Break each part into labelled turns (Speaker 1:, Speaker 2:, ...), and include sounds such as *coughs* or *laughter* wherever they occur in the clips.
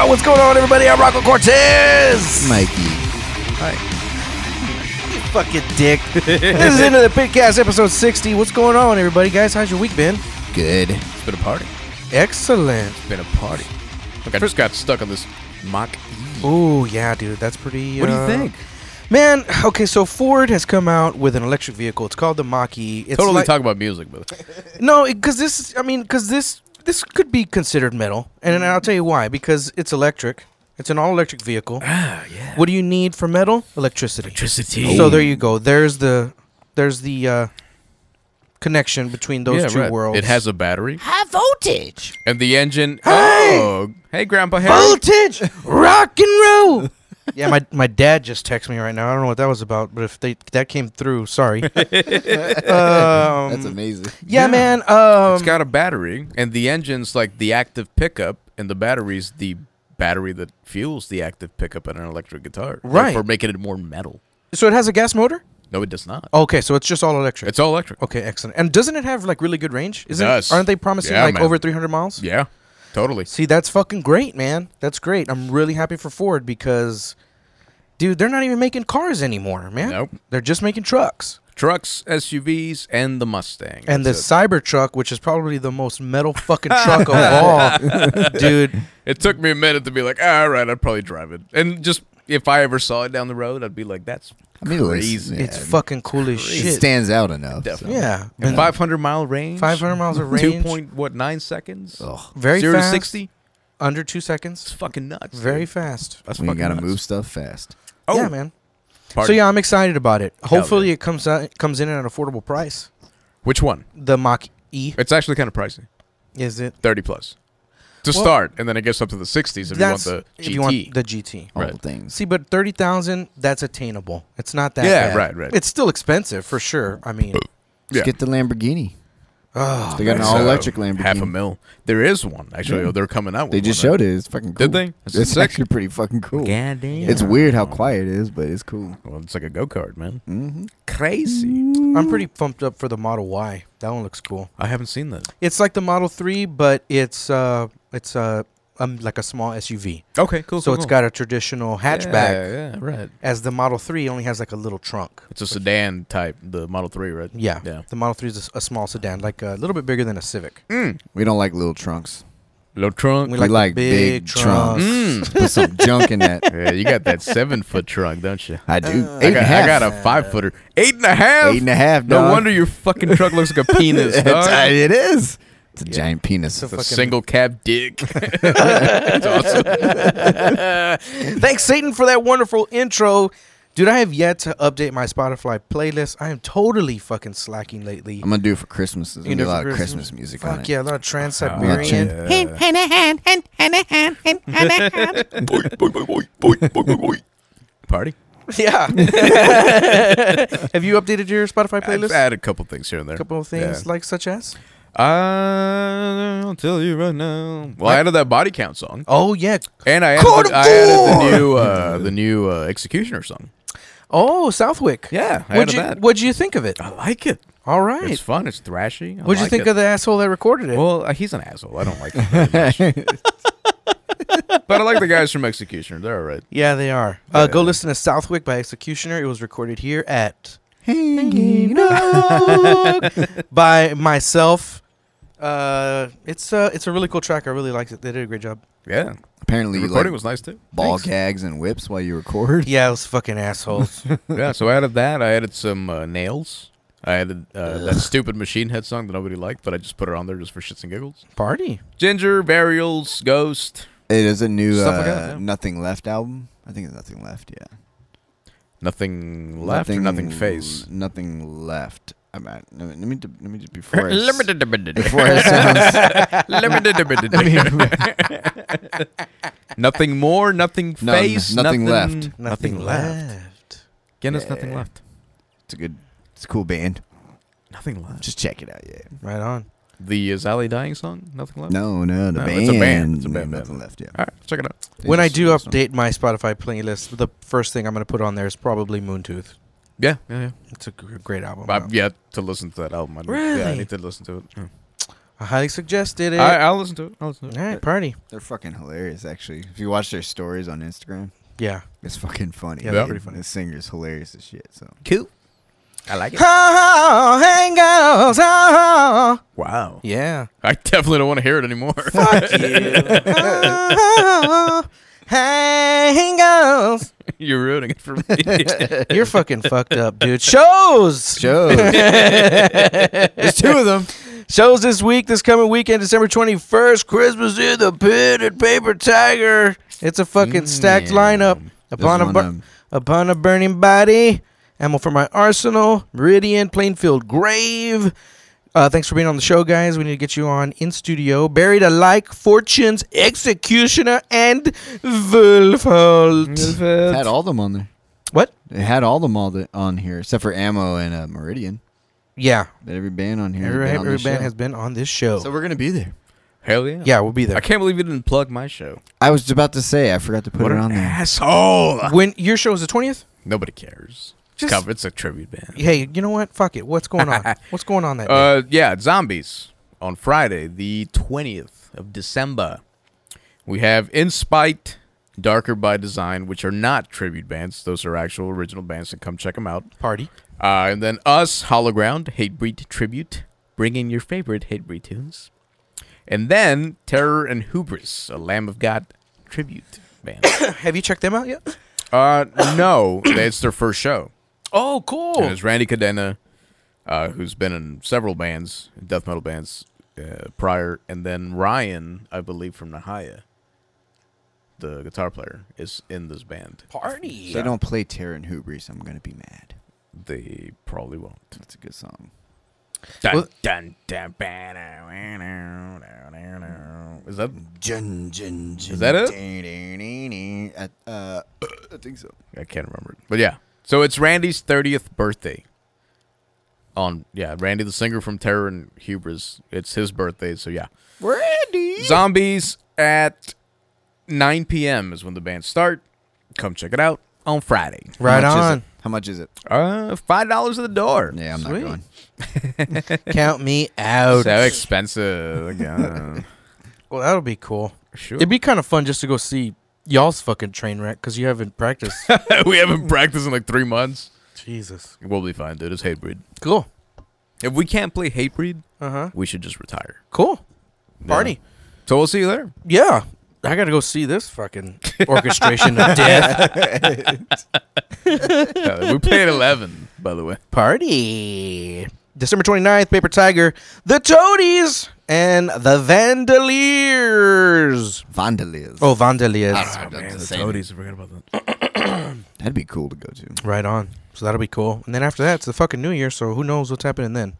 Speaker 1: Ah,
Speaker 2: going on, everybody? I'm Rocco Cortez.
Speaker 3: Mikey.
Speaker 2: You fucking dick.
Speaker 1: this is into the Pitcast episode 60. What's going on, everybody? Guys, how's your week been?
Speaker 3: Good.
Speaker 2: it's been a party.
Speaker 1: Excellent.
Speaker 2: It's been a party. Look, I just got stuck on this mock.
Speaker 1: Oh yeah, dude, that's pretty.
Speaker 3: What do you
Speaker 1: uh,
Speaker 3: think?
Speaker 1: man? Okay, so Ford has come out with an electric vehicle. It's called the Mach-E. It's
Speaker 2: Totally
Speaker 1: like-
Speaker 2: talking about music, but
Speaker 1: No, because this. I mean, because this this could be considered metal, and I'll tell you why. Because it's electric. It's an all-electric vehicle.
Speaker 3: Ah, yeah.
Speaker 1: What do you need for metal? Electricity.
Speaker 2: electricity.
Speaker 1: So there you go. There's the there's the uh, connection between those two worlds.
Speaker 2: It has a battery
Speaker 3: High voltage.
Speaker 2: and the engine.
Speaker 1: Hey!
Speaker 2: Oh, hey, Grandpa Harry.
Speaker 1: voltage, rock and roll. *laughs* Yeah, my, my dad just texted me right now. I don't know what that was about, but if they that came
Speaker 2: *laughs*
Speaker 1: through, sorry. um,
Speaker 3: That's amazing.
Speaker 2: Yeah.
Speaker 1: yeah, man. Um,
Speaker 2: It's got a battery, and the engine's like the active pickup, and the battery's the battery that fuels the active pickup in an electric guitar. Like,
Speaker 1: Right.
Speaker 2: for making it more metal.
Speaker 1: so it has a gas motor.
Speaker 2: No, it does not.
Speaker 1: Okay, so it's just all electric.
Speaker 2: Oh, It's all electric.
Speaker 1: okay, excellent. And doesn't it have like really good range? Isn't
Speaker 2: does.
Speaker 1: aren't they promising
Speaker 2: Yeah,
Speaker 1: like
Speaker 2: man.
Speaker 1: over 300 miles?
Speaker 2: Yeah, totally.
Speaker 1: See, that's fucking great, man. That's great. I'm really happy for Ford because, dude, they're not even making cars anymore, man.
Speaker 2: Nope.
Speaker 1: They're just making trucks.
Speaker 2: Trucks, SUVs, and the Mustang.
Speaker 1: And the
Speaker 2: That's it.
Speaker 1: Cybertruck, which is probably the most metal
Speaker 2: *laughs*
Speaker 1: fucking truck of all, dude.
Speaker 2: It took me a minute to be like, "Ah, all right, I'd probably drive it. And just if I ever saw it down the road, I'd be like, that's
Speaker 3: I mean, it looks-
Speaker 2: crazy.
Speaker 3: yeah,
Speaker 1: It's fucking cool as
Speaker 3: It
Speaker 1: shit.
Speaker 3: stands out enough. so.
Speaker 2: Definitely.
Speaker 1: Yeah,
Speaker 2: And 500 mile range.
Speaker 1: five hundred miles of range, Oh.
Speaker 2: Two point what nine seconds?
Speaker 3: Ugh.
Speaker 1: very
Speaker 2: Zero
Speaker 1: fast,
Speaker 2: to sixty.
Speaker 1: under two
Speaker 2: It's
Speaker 1: seconds,
Speaker 2: fucking nuts.
Speaker 1: very
Speaker 2: dude.
Speaker 1: fast.
Speaker 2: That's
Speaker 3: We
Speaker 2: fucking
Speaker 3: gotta
Speaker 2: nuts.
Speaker 3: move stuff fast.
Speaker 2: Oh,
Speaker 1: yeah, man. So
Speaker 2: pardon.
Speaker 1: yeah, I'm excited about it.
Speaker 2: yeah.
Speaker 1: Hopefully, it comes out comes in at an affordable price.
Speaker 2: Which one?
Speaker 1: The Mach E
Speaker 2: It's actually kind of pricey.
Speaker 1: is it?
Speaker 2: Thirty plus to
Speaker 1: Well,
Speaker 2: start, and then it gets up to the sixties if you want
Speaker 1: That's
Speaker 2: the GT.
Speaker 1: if you want the GT.
Speaker 3: All
Speaker 2: Right.
Speaker 3: things.
Speaker 1: See, but thirty thousand, that's attainable. It's not that.
Speaker 2: yeah,
Speaker 1: bad.
Speaker 2: right, right.
Speaker 1: It's still expensive for sure. I mean,
Speaker 2: yeah.
Speaker 3: Just get the Lamborghini.
Speaker 1: oh,
Speaker 3: They got an
Speaker 2: It's,
Speaker 3: all
Speaker 2: uh,
Speaker 3: electric
Speaker 2: Half a
Speaker 3: Lamborghini.
Speaker 2: mil. There is one actually. Oh, They're coming out.
Speaker 3: They
Speaker 2: with
Speaker 3: just
Speaker 2: one,
Speaker 3: showed it. It's fucking cool.
Speaker 2: Did they? That's
Speaker 3: It's
Speaker 2: sick.
Speaker 3: actually pretty fucking cool.
Speaker 2: God damn.
Speaker 3: It's weird how quiet it is, but it's cool.
Speaker 2: Well, it's like a go kart, man.
Speaker 1: Mm-hmm.
Speaker 3: hmm
Speaker 2: Crazy.
Speaker 1: I'm pretty pumped up for the Model Y. That one looks cool.
Speaker 2: I haven't seen that.
Speaker 1: It's like the Model Three, but it's uh, it's uh, um, like a small SUV.
Speaker 2: Okay, cool.
Speaker 1: so it's got a traditional hatchback,
Speaker 2: Yeah, right.
Speaker 1: as the Model Three only has like a little trunk.
Speaker 2: It's a sedan type, the Model Three, right?
Speaker 1: Yeah,
Speaker 2: Yeah.
Speaker 1: the Model Three is a, s- a small sedan, like a little bit bigger than a Civic.
Speaker 2: Mm.
Speaker 3: We don't like little trunks.
Speaker 2: Little trunk.
Speaker 3: We
Speaker 1: We like the
Speaker 3: like
Speaker 1: big
Speaker 3: big trunks.
Speaker 2: Mm.
Speaker 3: Put some junk in that.
Speaker 2: *laughs* yeah, you got *laughs* that seven foot trunk, don't you?
Speaker 3: I do.
Speaker 1: Uh,
Speaker 3: Eight
Speaker 2: I
Speaker 3: and
Speaker 2: got,
Speaker 3: a
Speaker 2: I
Speaker 3: half.
Speaker 2: got a five footer. Eight and a half.
Speaker 3: Eight and a half.
Speaker 2: no
Speaker 3: dog.
Speaker 2: wonder your fucking truck looks *laughs* like a penis.
Speaker 3: *laughs* It's-
Speaker 2: dog.
Speaker 3: uh, it is. It's a
Speaker 2: Yeah.
Speaker 3: giant penis.
Speaker 1: So
Speaker 2: It's a
Speaker 1: fucking-
Speaker 2: single cab *laughs* dick. *laughs* it's awesome.
Speaker 1: *laughs* Thanks, Satan, for that wonderful intro. Dude, I have yet to update my Spotify playlist. I am totally fucking slacking lately.
Speaker 3: I'm gonna do it for Christmas. There's
Speaker 1: You
Speaker 3: gonna be a
Speaker 1: do it for
Speaker 3: lot of
Speaker 1: Christmas?
Speaker 3: Christmas music on
Speaker 1: Fuck
Speaker 3: it.
Speaker 1: yeah, a lot of Trans
Speaker 3: yeah.
Speaker 1: Siberian.
Speaker 2: Uh,
Speaker 4: Hand, hand, hand, hand, hand, hand, hand, hand,
Speaker 2: *laughs*
Speaker 4: hand.
Speaker 1: *laughs*
Speaker 2: Party.
Speaker 1: Yeah. have you updated your Spotify
Speaker 2: I've
Speaker 1: playlist?
Speaker 2: add a couple things here and there.
Speaker 1: a couple of things like such as.
Speaker 2: Uh, I'll tell you right now. Well, I added that body count song,
Speaker 1: Oh yeah.
Speaker 2: and I added, I added the new uh, the new uh, executioner song.
Speaker 1: Oh Southwick.
Speaker 2: Yeah, I added
Speaker 1: What'd you
Speaker 2: that.
Speaker 1: What'd you think of it?
Speaker 2: I like it.
Speaker 1: Uh, All right.
Speaker 2: It's fun. It's thrashy. I
Speaker 1: What'd you
Speaker 2: like
Speaker 1: think
Speaker 2: it.
Speaker 1: of the asshole that recorded it?
Speaker 2: Well, uh, he's an asshole. I don't like him. very much. but I like the guys from Executioner. They're all right.
Speaker 1: yeah, they are. Uh, Go listen to Southwick by Executioner. It was recorded here *laughs* at
Speaker 3: Hanging
Speaker 1: by myself. Uh, it's uh, it's a really cool track. I really liked it. They did a great job.
Speaker 2: Yeah,
Speaker 3: Apparently,
Speaker 2: the
Speaker 3: you
Speaker 2: recording
Speaker 3: like
Speaker 2: was nice too.
Speaker 3: ball gags and whips while you record.
Speaker 1: Yeah, those fucking assholes.
Speaker 2: yeah, so out of that, I added some uh, nails. I added uh, that stupid Machine Head song that nobody liked, but I just put it on there just for shits and giggles.
Speaker 1: *laughs* Party.
Speaker 2: Ginger, Burials, Ghost,
Speaker 3: It is a new
Speaker 2: Stuff
Speaker 3: uh,
Speaker 2: like that, yeah.
Speaker 3: Nothing Left album. I think it's Nothing Left. Yeah.
Speaker 2: Nothing Left or Nothing Face.
Speaker 3: Nothing Left. I'm at, let me let me d- let me
Speaker 2: *laughs*
Speaker 3: just before I s-
Speaker 2: Limited
Speaker 3: before it sounds
Speaker 2: *laughs* Nothing more, nothing
Speaker 3: No, n-
Speaker 2: face,
Speaker 3: nothing left.
Speaker 1: Nothing, left.
Speaker 2: Again, it's nothing
Speaker 3: Yeah.
Speaker 2: left.
Speaker 3: it's a good it's a cool band.
Speaker 2: Nothing left.
Speaker 3: Just check it out. Yeah.
Speaker 1: Right on.
Speaker 2: The is Ali dying song? Nothing left.
Speaker 3: No, no, the
Speaker 2: No,
Speaker 3: band.
Speaker 2: it's a band. It's a band,
Speaker 3: Nothing
Speaker 2: band.
Speaker 3: Left. Yeah.
Speaker 2: All right, check it out.
Speaker 3: They
Speaker 1: when I
Speaker 3: just
Speaker 1: do
Speaker 3: released one.
Speaker 1: update my Spotify playlist, the first thing I'm going to put on there is probably Moontooth.
Speaker 2: Yeah, yeah, yeah.
Speaker 1: It's a gr- great album.
Speaker 2: I've yet to listen to that album. I need, Yeah, I
Speaker 1: Really?
Speaker 2: need to listen to it.
Speaker 1: I highly suggested it.
Speaker 2: I, I'll listen to it. I'll listen to it.
Speaker 1: All right, party.
Speaker 3: They're fucking hilarious, actually. If you watch their stories on Instagram,
Speaker 1: Yeah.
Speaker 3: it's fucking funny.
Speaker 1: Yeah,
Speaker 2: they're
Speaker 3: dude.
Speaker 2: pretty
Speaker 1: funny.
Speaker 3: The singer's hilarious as shit. So
Speaker 2: Cool. I like it.
Speaker 1: Oh, hang girls, oh.
Speaker 2: Wow.
Speaker 1: Yeah.
Speaker 2: I definitely don't want to hear it anymore.
Speaker 1: Fuck you. Oh, hang girls.
Speaker 2: *laughs* You're ruining it for me.
Speaker 1: You're fucking fucked up, dude. Shows. *laughs*
Speaker 3: Joe, there's two of them.
Speaker 1: Shows this week, this coming weekend, December 21st, Christmas in the Pit at Paper Tiger. It's a fucking stacked
Speaker 2: Yeah.
Speaker 1: lineup. Upon a,
Speaker 3: one,
Speaker 1: bur-
Speaker 3: um,
Speaker 1: upon a burning body, ammo for my arsenal, Meridian, Plainfield Grave. Uh, thanks for being on the show, guys. We need to get you on in studio. Buried alike, Fortunes, Executioner, and Wolfholt.
Speaker 3: It had all them on there.
Speaker 1: What?
Speaker 3: It had all them all the, on here except for Ammo and uh, Meridian.
Speaker 1: Yeah,
Speaker 3: But every band on here. has
Speaker 1: every,
Speaker 3: been on
Speaker 1: every
Speaker 3: this
Speaker 1: band
Speaker 3: show.
Speaker 1: has been on this show.
Speaker 3: So we're gonna be there.
Speaker 2: Hell yeah.
Speaker 1: yeah, we'll be
Speaker 2: I
Speaker 1: there.
Speaker 2: can't believe you didn't plug my show.
Speaker 3: I was about to say I forgot to put
Speaker 2: what
Speaker 3: it
Speaker 2: an
Speaker 3: on there.
Speaker 2: asshole.
Speaker 1: When your show is the 20th?
Speaker 2: Nobody cares.
Speaker 1: Just-
Speaker 2: it's, cover, it's a tribute band.
Speaker 1: Hey, you know what? Fuck it. What's going on? What's going on that day?
Speaker 2: Uh, yeah, zombies on Friday, the twentieth of December. We have In Spite, Darker by Design, which are not tribute bands; those are actual original bands. So come check them out.
Speaker 1: Party.
Speaker 2: Uh, and then us, Hologround, Hatebreed tribute. Bring in your favorite Hatebreed tunes. And then Terror and Hubris, a Lamb of God tribute band. *coughs*
Speaker 1: Have you checked them out yet?
Speaker 2: uh, no, it's their first show.
Speaker 1: Oh, cool.
Speaker 2: And it's Randy Cadena, uh, who's been in several bands, death metal bands uh, prior, and then Ryan, I believe, from Nahaya, the guitar player, is in this band.
Speaker 1: Party.
Speaker 3: If they don't play Terror and Hubris, I'm gonna be mad.
Speaker 2: They probably won't.
Speaker 3: That's a good song.
Speaker 2: Dun,
Speaker 1: Well-
Speaker 2: dun, dun, ba, da, wa, da, da, da, da. Is that?
Speaker 3: Jun, jun, jun,
Speaker 2: that it?
Speaker 3: it? uh, I think so.
Speaker 2: I can't remember. it. But yeah, so it's Randy's thirtieth birthday. On yeah, Randy the singer from Terror and Hubris. It's his birthday, so yeah.
Speaker 3: Randy.
Speaker 2: Zombies at 9 p.m. is when the bands start. Come check it out on Friday.
Speaker 1: Right on.
Speaker 3: How much is it?
Speaker 2: Uh, five dollars at the door.
Speaker 3: Yeah, I'm
Speaker 1: Sweet.
Speaker 3: not going.
Speaker 1: Count me out.
Speaker 2: So expensive.
Speaker 3: *laughs*
Speaker 2: Yeah.
Speaker 1: Well, that'll be cool.
Speaker 2: sure.
Speaker 1: It'd be kind of fun just to go see y'all's fucking train wreck because you haven't practiced.
Speaker 2: we haven't practiced in like three months.
Speaker 1: Jesus.
Speaker 2: We'll be fine, dude. It's Hatebreed.
Speaker 1: Cool.
Speaker 2: If we can't play Hatebreed,
Speaker 1: Uh huh.
Speaker 2: we should just retire.
Speaker 1: Cool. Party.
Speaker 2: So we'll see you
Speaker 3: *laughs*
Speaker 2: there.
Speaker 1: Yeah. I gotta go see this fucking orchestration of death
Speaker 2: Uh, we play at 11, by the way.
Speaker 1: party. December 29th, Paper Tiger, the Toadies, and the Vandaliers.
Speaker 3: Vandaliz.
Speaker 1: Oh, Vandaliers.
Speaker 3: Ah, that's the same.
Speaker 2: I forgot about that.
Speaker 3: That'd be cool to go to.
Speaker 1: Right on. So that'll be cool. And then after that, it's the fucking New Year. So who knows what's happening then?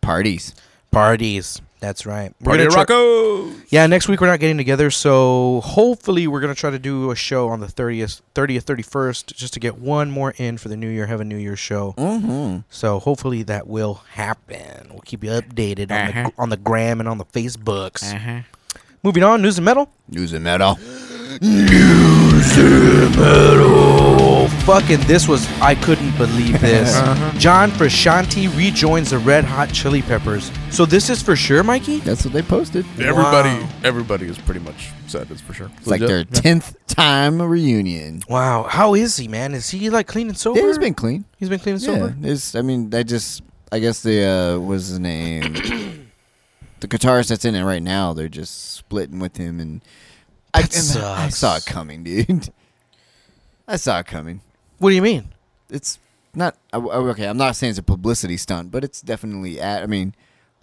Speaker 3: Parties.
Speaker 1: Parties. That's right. We're
Speaker 2: Party
Speaker 1: gonna try-
Speaker 2: Rocco!
Speaker 1: yeah, next week we're not getting together, so hopefully we're gonna try to do a show on the thirtieth, thirtieth, thirty first, just to get one more in for the New Year. Have a New Year show.
Speaker 3: Mm-hmm.
Speaker 1: So hopefully that will happen. We'll keep you updated on
Speaker 2: Uh-huh.
Speaker 1: the on the gram and on the Facebooks. Moving on, news and metal.
Speaker 3: News and metal.
Speaker 1: Fucking this was I couldn't believe this. John Frusciante rejoins the Red Hot Chili Peppers. So this is for sure, Mikey.
Speaker 3: That's what they posted. It's
Speaker 2: Everybody,
Speaker 1: Wow.
Speaker 2: everybody is pretty much sad. That's for sure.
Speaker 3: like their tenth time reunion.
Speaker 1: Wow, how is he, man? Is he like clean and sober?
Speaker 3: Yeah, he's been clean.
Speaker 1: He's been clean and sober.
Speaker 3: Yeah, it's. I mean, I just. I guess the uh, was his name.
Speaker 1: *coughs*
Speaker 3: the guitarist that's in it right now. They're just splitting with him, and I,
Speaker 1: That
Speaker 3: and I
Speaker 1: sucks.
Speaker 3: saw it coming, dude. I saw it coming.
Speaker 1: What do you mean?
Speaker 3: It's not I- I- okay. I'm not saying it's a publicity stunt, but it's definitely at. I mean,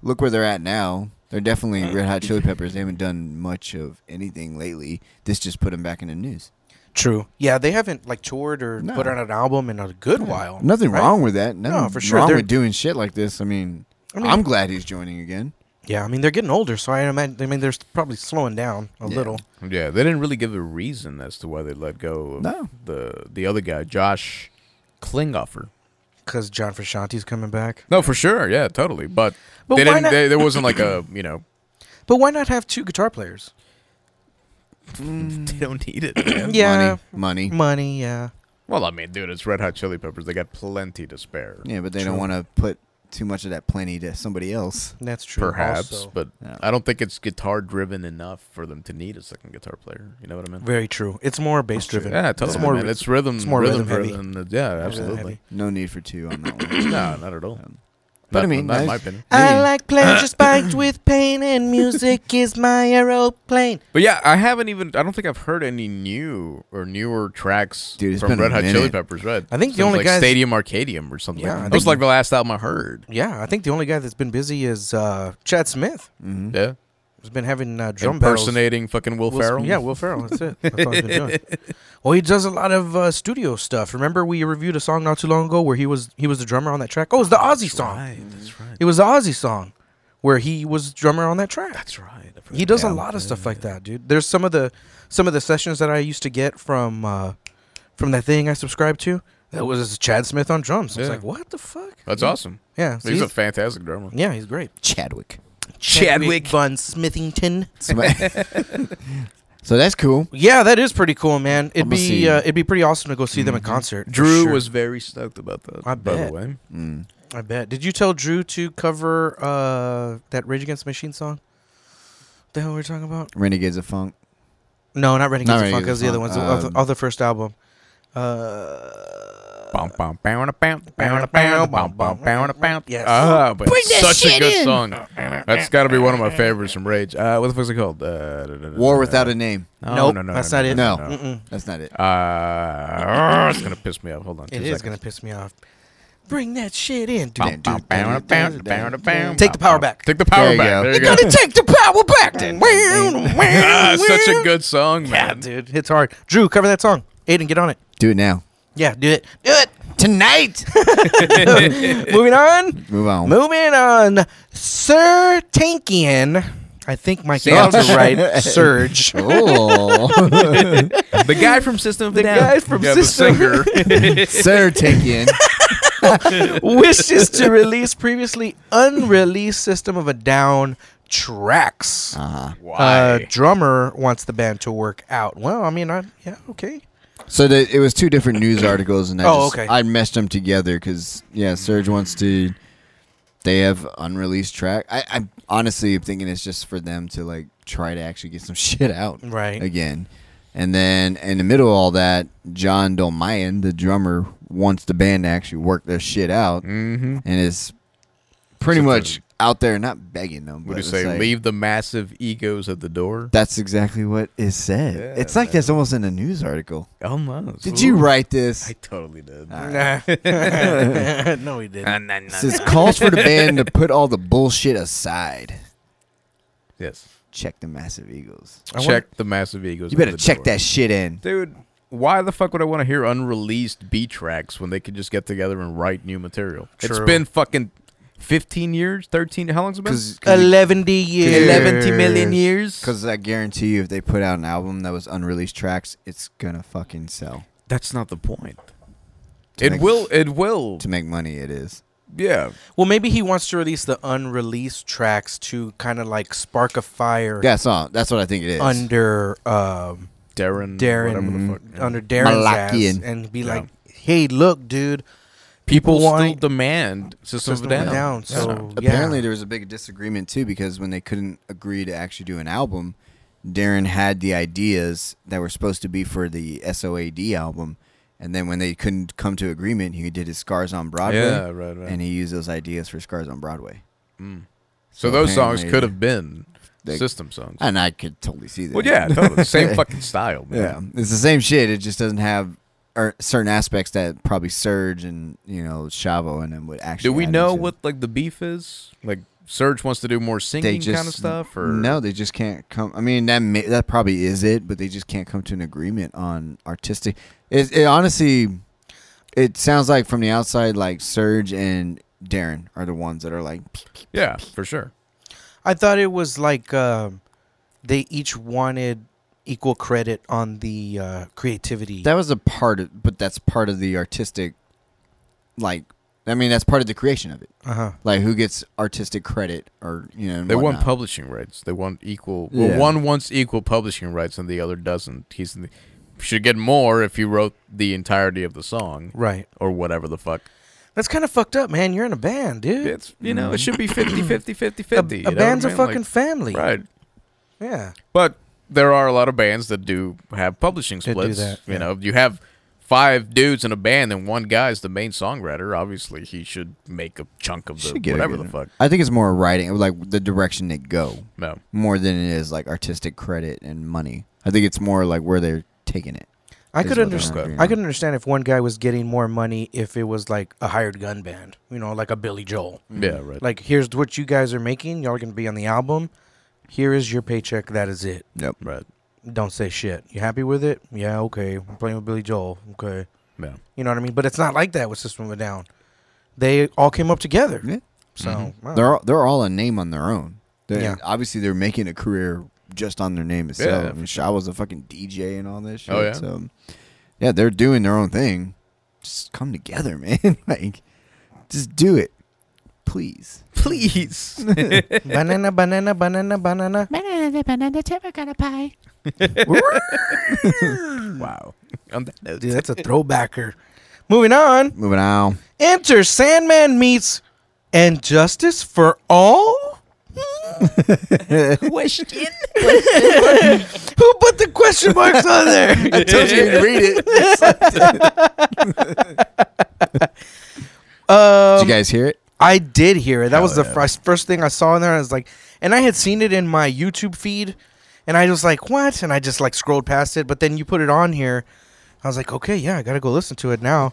Speaker 3: look where they're at now. They're definitely Red Hot Chili Peppers. They haven't done much of anything lately. This just put them back in the news.
Speaker 1: True. Yeah, they haven't like toured or
Speaker 3: No.
Speaker 1: put out an album in a good while.
Speaker 3: Nothing
Speaker 1: right?
Speaker 3: wrong with that. Nothing
Speaker 1: for sure.
Speaker 3: Wrong
Speaker 1: They're-
Speaker 3: with doing shit like this. I mean, I
Speaker 1: I mean-
Speaker 3: am glad he's joining again.
Speaker 1: Yeah, I mean they're getting older, so I imagine. I mean they're s- probably slowing down a
Speaker 3: Yeah.
Speaker 1: little.
Speaker 2: Yeah, they didn't really give a reason as to why they let go of
Speaker 3: No.
Speaker 2: the the other guy, Josh Klinghoffer.
Speaker 1: Cause John Frusciante's coming back.
Speaker 2: No, for sure, yeah, totally. But,
Speaker 1: But
Speaker 2: they
Speaker 1: why
Speaker 2: didn't.
Speaker 1: not-
Speaker 2: They, there wasn't like a you know *clears throat*
Speaker 1: But why not have two guitar players?
Speaker 2: they don't need it. man.
Speaker 1: Yeah.
Speaker 3: Money. money.
Speaker 1: Mm. Money, yeah.
Speaker 2: Well, I mean, dude, it's Red Hot Chili Peppers. They got plenty to spare.
Speaker 3: Yeah, but they
Speaker 1: True.
Speaker 3: don't want to put too much of that plenty to somebody else.
Speaker 1: That's true.
Speaker 2: perhaps,
Speaker 1: also.
Speaker 2: but
Speaker 3: Yeah.
Speaker 2: I don't think it's guitar driven enough for them to need a second guitar player. You know what I mean?
Speaker 1: very true. It's more bass driven.
Speaker 2: Yeah, totally.
Speaker 1: It's
Speaker 2: It's
Speaker 1: more
Speaker 2: more,
Speaker 1: ri-
Speaker 2: It's rhythm.
Speaker 1: it's more
Speaker 2: rhythm,
Speaker 1: rhythm heavy.
Speaker 2: driven. Yeah, absolutely.
Speaker 1: *clears throat* heavy.
Speaker 3: No need for two on that one.
Speaker 2: no, *coughs* not at all.
Speaker 3: But
Speaker 2: Not-
Speaker 3: I mean,
Speaker 2: not in
Speaker 3: nice-
Speaker 2: my opinion.
Speaker 1: I
Speaker 3: Yeah.
Speaker 1: like
Speaker 2: *coughs*
Speaker 1: pleasure spiked with pain, and *coughs* music is my aeroplane.
Speaker 2: But yeah, I haven't even. I don't think I've heard any new or newer tracks
Speaker 3: Dude, it's
Speaker 2: from
Speaker 3: been a
Speaker 2: Red Hot Chili
Speaker 3: minute.
Speaker 2: Peppers. Right?
Speaker 1: I think the
Speaker 2: Since,
Speaker 1: only
Speaker 2: like
Speaker 1: guys-
Speaker 2: Stadium Arcadium or something.
Speaker 1: Yeah,
Speaker 2: Yeah,
Speaker 1: I
Speaker 2: that
Speaker 1: think-
Speaker 2: was like the last album I heard.
Speaker 1: Yeah, I think the only guy that's been busy is uh, Chad Smith.
Speaker 3: Mhm.
Speaker 2: Yeah,
Speaker 1: Who's been having uh, drum battles.
Speaker 2: impersonating fucking Will,
Speaker 1: Sm-
Speaker 2: Ferrell.
Speaker 1: Yeah, Will Ferrell. That's it. That's all he's been doing. *laughs* Well, he does a lot of uh, studio stuff. Remember, we reviewed a song not too long ago where he was he was the drummer on that track. Oh, it was the Ozzy song.
Speaker 2: Right, that's right.
Speaker 1: It was the Ozzy song where he was drummer on that track.
Speaker 2: That's right. I
Speaker 1: He
Speaker 2: forgot.
Speaker 1: does a lot of stuff like that, dude. There's some of the some of the sessions that I used to get from uh, from that thing I subscribed to. That was Chad Smith on drums. I was
Speaker 2: Yeah.
Speaker 1: like, what the fuck?
Speaker 2: That's awesome.
Speaker 1: Yeah, so
Speaker 2: He's a
Speaker 1: he's-
Speaker 2: fantastic drummer.
Speaker 1: yeah, he's great.
Speaker 3: Chadwick.
Speaker 1: Chadwick von Smithington.
Speaker 3: Somebody- *laughs* so that's cool.
Speaker 1: Yeah, that is pretty cool, man. It'd
Speaker 3: I'ma see.
Speaker 1: be uh, it'd be pretty awesome to go see them in concert. for
Speaker 2: Mm-hmm. Drew
Speaker 1: sure.
Speaker 2: was very stoked about that.
Speaker 1: I
Speaker 2: by
Speaker 1: bet.
Speaker 2: the way,
Speaker 3: Mm.
Speaker 1: I bet. Did you tell Drew to cover uh, that Rage Against the Machine song? The hell we were talking about?
Speaker 3: Renegades of Funk.
Speaker 1: No, not Renegades
Speaker 3: Not
Speaker 1: of
Speaker 3: Renegades
Speaker 1: Funk. That was the
Speaker 3: of
Speaker 1: other
Speaker 3: Funk,
Speaker 1: ones of,
Speaker 3: um,
Speaker 1: of the first album. Uh,
Speaker 2: Bum, bum, bum, bum, bum, bum, bum, bum, bum, bum.
Speaker 1: Yes.
Speaker 2: Ah, but
Speaker 4: Bring that
Speaker 2: such a
Speaker 4: shit
Speaker 2: good
Speaker 4: in.
Speaker 2: song. That's got to be one of my favorites from Rage. Uh, what the fuck's it called? Uh, da- da- da-
Speaker 3: War
Speaker 2: da-
Speaker 3: without
Speaker 2: da-
Speaker 3: a name.
Speaker 2: No,
Speaker 1: Nope,
Speaker 2: no, no,
Speaker 1: that's
Speaker 2: no,
Speaker 1: not it.
Speaker 2: no,
Speaker 3: No.
Speaker 2: no.
Speaker 1: mm-mm.
Speaker 3: That's not it.
Speaker 2: Uh, it's gonna piss me off. Hold on.
Speaker 1: It is going to piss me off. Bring that shit in. dude. Take
Speaker 2: Take
Speaker 1: the power back.
Speaker 2: Take the power
Speaker 3: you
Speaker 2: back. There
Speaker 3: go.
Speaker 1: You're
Speaker 2: you go.
Speaker 1: going to take the power back. then.
Speaker 2: Ah, *laughs* such a good song,
Speaker 1: Yeah,
Speaker 2: man.
Speaker 1: dude. It's hard. Drew, cover that song. Aiden, get on it.
Speaker 3: Do it now.
Speaker 1: Yeah, do it. Do it. *laughs*
Speaker 3: Tonight.
Speaker 1: Moving on.
Speaker 3: Move on.
Speaker 1: Moving on. Sir Tankian. I think my
Speaker 2: Sounds
Speaker 1: sounds are right. Surge.
Speaker 3: Oh,
Speaker 2: The guy from System of a
Speaker 1: The
Speaker 2: Down.
Speaker 1: guy from
Speaker 2: yeah, the
Speaker 1: System-
Speaker 2: singer. *laughs*
Speaker 3: sir, take in.
Speaker 1: wishes to release previously unreleased System of a Down tracks.
Speaker 3: Uh-huh.
Speaker 1: Uh, drummer wants the band to work out. Well, I mean, I yeah, okay.
Speaker 3: So the, it was two
Speaker 2: *coughs*
Speaker 3: different news articles, and I
Speaker 1: Oh,
Speaker 3: just,
Speaker 1: okay.
Speaker 3: I meshed them together because yeah, Surge wants to. They have unreleased track. I, I honestly am thinking it's just for them to like try to actually get some *laughs* shit out
Speaker 1: Right.
Speaker 3: again. And then in the middle of all that, John Dolmayan, the drummer, wants the band to actually work their shit out,
Speaker 2: Mm-hmm.
Speaker 3: and is pretty
Speaker 2: So
Speaker 3: much out there not begging them.
Speaker 2: What
Speaker 3: but
Speaker 2: do you
Speaker 3: it's
Speaker 2: say?
Speaker 3: like-
Speaker 2: Leave the massive egos at the door.
Speaker 3: That's exactly what is said.
Speaker 2: Yeah,
Speaker 3: it's like
Speaker 2: man.
Speaker 3: that's almost in a news article.
Speaker 2: Almost.
Speaker 3: Did you write
Speaker 2: *laughs*
Speaker 3: this?
Speaker 2: I totally did.
Speaker 3: All right.
Speaker 1: Nah. *laughs* no, he didn't.
Speaker 3: Says calls for the band to put all the bullshit aside.
Speaker 2: yes.
Speaker 3: Check the massive egos.
Speaker 1: I
Speaker 2: check
Speaker 1: wonder-
Speaker 2: the massive egos.
Speaker 3: You
Speaker 2: at
Speaker 3: better
Speaker 2: the
Speaker 3: check
Speaker 2: door.
Speaker 3: that shit in.
Speaker 2: dude. Why the fuck would I want to hear unreleased B tracks when they could just get together and write new material? It's
Speaker 1: True.
Speaker 2: been fucking fifteen years, thirteen. How long's it been?
Speaker 3: 'Cause- 'cause you-
Speaker 1: Eleven D years.
Speaker 2: 11 million years.
Speaker 3: Because I guarantee you, if they put out an album that was unreleased tracks, it's gonna fucking sell.
Speaker 2: That's not the point.
Speaker 3: To
Speaker 2: It
Speaker 3: make-
Speaker 2: will. It will.
Speaker 3: To make money, it is.
Speaker 2: Yeah.
Speaker 1: Well, maybe he wants to release the unreleased tracks to kind of like spark a fire
Speaker 3: Yeah, so that's what I think it is.
Speaker 1: under um,
Speaker 2: Darren.
Speaker 1: Darren
Speaker 2: Mm, whatever the fuck, yeah.
Speaker 1: under Darren's ass
Speaker 3: Malakian.
Speaker 1: and be
Speaker 2: Yeah.
Speaker 1: like, "Hey, look, dude,
Speaker 2: people
Speaker 1: people
Speaker 2: still
Speaker 1: want
Speaker 2: demand System of a
Speaker 1: System of a
Speaker 2: Down.
Speaker 1: Down,
Speaker 2: Yeah.
Speaker 1: so- Yeah.
Speaker 3: Apparently, there was a big disagreement too because when they couldn't agree to actually do an album, Darren had the ideas that were supposed to be for the SOAD album, and then when they couldn't come to agreement, he did his Scars on Broadway,
Speaker 2: yeah, right, right.
Speaker 3: and he used those ideas for Scars on Broadway.
Speaker 2: Mm. So those songs
Speaker 3: apparently-
Speaker 2: could have been
Speaker 3: They-
Speaker 2: System songs.
Speaker 3: and I could totally see that.
Speaker 2: Well, yeah, totally. *laughs* same fucking style. Man.
Speaker 3: *laughs* yeah, it's the same shit. It just doesn't have. Or certain aspects that probably Surge and you know Chavo and them would actually.
Speaker 2: Do we
Speaker 3: add
Speaker 2: know
Speaker 3: into.
Speaker 2: what like the beef is? Like Surge wants to do more
Speaker 3: they
Speaker 2: singing
Speaker 3: just
Speaker 2: kind of stuff, or
Speaker 3: no they just can't come i mean that may, that probably is it but they just can't come to an agreement on artistic it, it honestly it sounds like from the outside like serge and darren are the ones that are like
Speaker 2: Yeah, for sure.
Speaker 1: I thought it was like um, they each wanted equal credit on the uh, creativity."
Speaker 3: that was a part of but that's part of the artistic like i mean that's part of the creation of it
Speaker 1: uh-huh.
Speaker 3: like who gets artistic credit or you know and
Speaker 2: They want
Speaker 3: whatnot.
Speaker 2: publishing rights. They want equal. Well,
Speaker 3: Yeah.
Speaker 2: one wants equal publishing rights, and the other doesn't. He's in the, should get more if you wrote the entirety of the song
Speaker 1: Right.
Speaker 2: or whatever the fuck.
Speaker 1: That's kind of fucked up, man. You're in a band, dude.
Speaker 2: It's you know, it should be 50 50 50
Speaker 1: a,
Speaker 2: 50.
Speaker 1: a
Speaker 2: you know what I
Speaker 1: band's a
Speaker 2: mean? Like,
Speaker 1: fucking family.
Speaker 2: right.
Speaker 1: Yeah.
Speaker 2: But there are a lot of bands that do have publishing
Speaker 1: That do
Speaker 2: splits.
Speaker 1: that,
Speaker 2: you
Speaker 1: yeah.
Speaker 2: know, you have five dudes in a band and one guy's the main songwriter. Obviously, he should make a chunk of the
Speaker 3: Should get a
Speaker 2: whatever
Speaker 3: good
Speaker 2: the fuck.
Speaker 3: I think it's more writing, like the direction they go,
Speaker 2: No,
Speaker 3: more than it is like artistic credit and money. I think it's more like where they're taking it.
Speaker 1: I
Speaker 3: is
Speaker 1: could
Speaker 3: what they
Speaker 1: understand.
Speaker 3: wanna do.
Speaker 1: I could understand if one guy was getting more money if it was like a hired gun band, you know, like a Billy Joel.
Speaker 2: yeah, right.
Speaker 1: Mm. Like, here's what you guys are making. Y'all are gonna be on the album. Here is your paycheck. That is it.
Speaker 3: Yep.
Speaker 2: right.
Speaker 1: Don't say shit. You happy with it? Yeah. Okay. I'm playing with Billy Joel. Okay.
Speaker 2: Yeah.
Speaker 1: You know what I mean? But it's not like that with System of a Down. They all came up together.
Speaker 3: Yeah.
Speaker 1: So wow.
Speaker 3: They're all, they're all a name on their own. They're,
Speaker 1: Yeah.
Speaker 3: Obviously, they're making a career just on their name itself.
Speaker 2: Yeah,
Speaker 3: and shit, I was a fucking DJ and all this shit.
Speaker 2: Oh, yeah?
Speaker 3: So, yeah, they're doing their own thing. Just come together, *laughs* man. like, just do it, please.
Speaker 2: *laughs* Please.
Speaker 1: banana, banana, banana, banana.
Speaker 4: Banana, banana, chipper, got a pie.
Speaker 2: wow. On that note,
Speaker 1: Dude, that's a throwbacker. Moving on.
Speaker 3: Moving on.
Speaker 1: Enter Sandman meets and Justice for
Speaker 3: *laughs*
Speaker 1: All? *laughs*
Speaker 2: question.
Speaker 1: Who put the question marks on there? I
Speaker 3: told you to read it. Did you
Speaker 1: Um,
Speaker 3: guys hear it?
Speaker 1: I did hear it. That was the
Speaker 2: Hell
Speaker 1: fir- first thing I saw in there. I was like, and I had seen it in my YouTube feed, and I was like, what? And I just like scrolled past it. But then you put it on here. I was like, okay, yeah, I gotta go listen to
Speaker 2: *laughs*
Speaker 1: it now.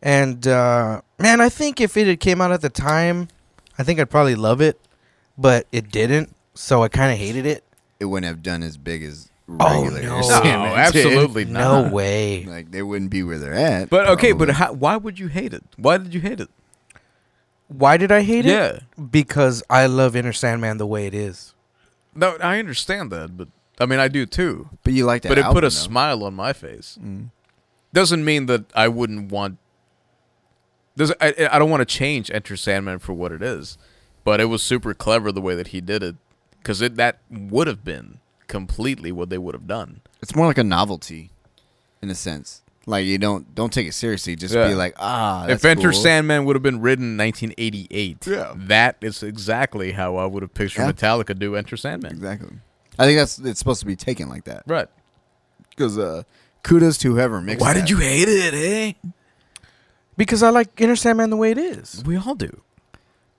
Speaker 1: and uh, man, I think if it had came out at the time, I think I'd probably love it. But it didn't, so I kind of hated it.
Speaker 3: It wouldn't have done as big as
Speaker 1: Oh,
Speaker 3: regular.
Speaker 1: no.
Speaker 2: No,
Speaker 3: Sandman *laughs* did.
Speaker 2: absolutely not. *laughs*
Speaker 1: No way.
Speaker 3: Like they wouldn't be where they're at.
Speaker 2: But okay, but
Speaker 3: probably.
Speaker 2: how, why would you hate it? Why did you hate it?
Speaker 1: Why did I hate it?
Speaker 2: Yeah.
Speaker 1: Because I love Inner Sandman the way it is.
Speaker 2: No, I understand that, but I mean, I do too.
Speaker 3: but you like that.
Speaker 2: but it
Speaker 3: album,
Speaker 2: put a
Speaker 3: though. Mm.
Speaker 2: smile on my face. Doesn't mean that I wouldn't want. Does I, I don't want to change Enter Sandman for what it is, but it was super clever the way that he did it, because it that would have been completely what they would have done.
Speaker 3: It's more like a novelty, in a sense. Like you don't don't take it seriously. Just
Speaker 2: Yeah.
Speaker 3: be like, ah,
Speaker 2: if
Speaker 3: that's
Speaker 2: Enter
Speaker 3: cool.
Speaker 2: Sandman would have been written in 1988,
Speaker 3: Yeah.
Speaker 2: that is exactly how I would have pictured
Speaker 3: Yeah.
Speaker 2: Metallica do Enter Sandman.
Speaker 3: exactly. I think that's it's supposed to be taken like that.
Speaker 2: Right.
Speaker 3: Because uh, kudos to whoever mixed.
Speaker 2: Why
Speaker 3: that.
Speaker 2: did you hate it, eh?
Speaker 1: Because I like Inner Sandman the way it is.
Speaker 2: We all do.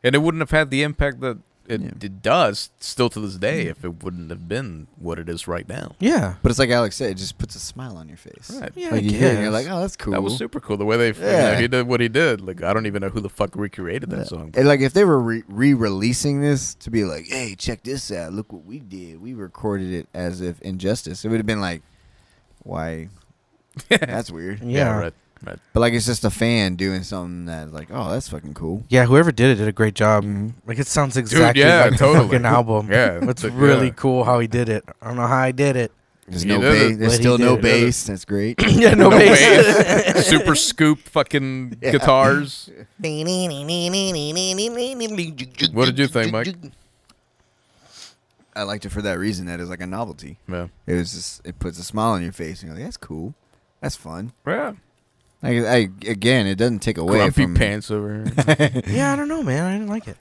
Speaker 2: And it wouldn't have had the impact that it,
Speaker 3: Yeah.
Speaker 2: it does still to this day if it wouldn't have been what it is right now.
Speaker 1: Yeah.
Speaker 3: But it's like Alex said, it just puts a smile on your face.
Speaker 2: Right.
Speaker 1: Yeah, I
Speaker 3: Like you hear, it and you're
Speaker 1: guess.
Speaker 3: like, oh, that's cool.
Speaker 2: That was super cool. The way they you know,
Speaker 3: Yeah.
Speaker 2: he did what he did. Like I don't even know who the fuck recreated that song. *laughs*
Speaker 3: And like if they were re- re-releasing this to be like, hey, check this out. Look what we did. We recorded it as if Injustice. It would have been like,
Speaker 2: *laughs*
Speaker 3: why? that's weird.
Speaker 1: Yeah. Yeah,
Speaker 2: right. Right.
Speaker 3: But like it's just a fan doing something that's like, oh, that's fucking cool.
Speaker 1: whoever did it did a great job. Like it sounds exactly
Speaker 2: yeah,
Speaker 1: like
Speaker 2: totally. *laughs*
Speaker 1: the fucking album.
Speaker 2: Yeah,
Speaker 1: *laughs* it's
Speaker 2: it's a-
Speaker 1: really
Speaker 2: yeah.
Speaker 1: cool how he did it. I don't know how he did
Speaker 2: *laughs*
Speaker 1: it. *laughs*
Speaker 3: There's
Speaker 2: He
Speaker 3: no
Speaker 2: did
Speaker 3: bass.
Speaker 2: it.
Speaker 3: There's
Speaker 1: But he
Speaker 3: still no
Speaker 1: did
Speaker 2: it.
Speaker 3: bass. That's great.
Speaker 1: yeah, no,
Speaker 2: No
Speaker 1: bass.
Speaker 2: bass. super scoop fucking guitars. What did you think, Mike?
Speaker 3: I liked it for that reason. That is like a novelty.
Speaker 2: Yeah.
Speaker 3: It was just it puts a smile on your face and you're like, that's cool. That's fun.
Speaker 2: Yeah.
Speaker 3: Like I again, it doesn't take away
Speaker 2: Grumpy
Speaker 3: from
Speaker 2: pants over here. *laughs*
Speaker 1: *laughs* Yeah, I don't know, man. I didn't like it.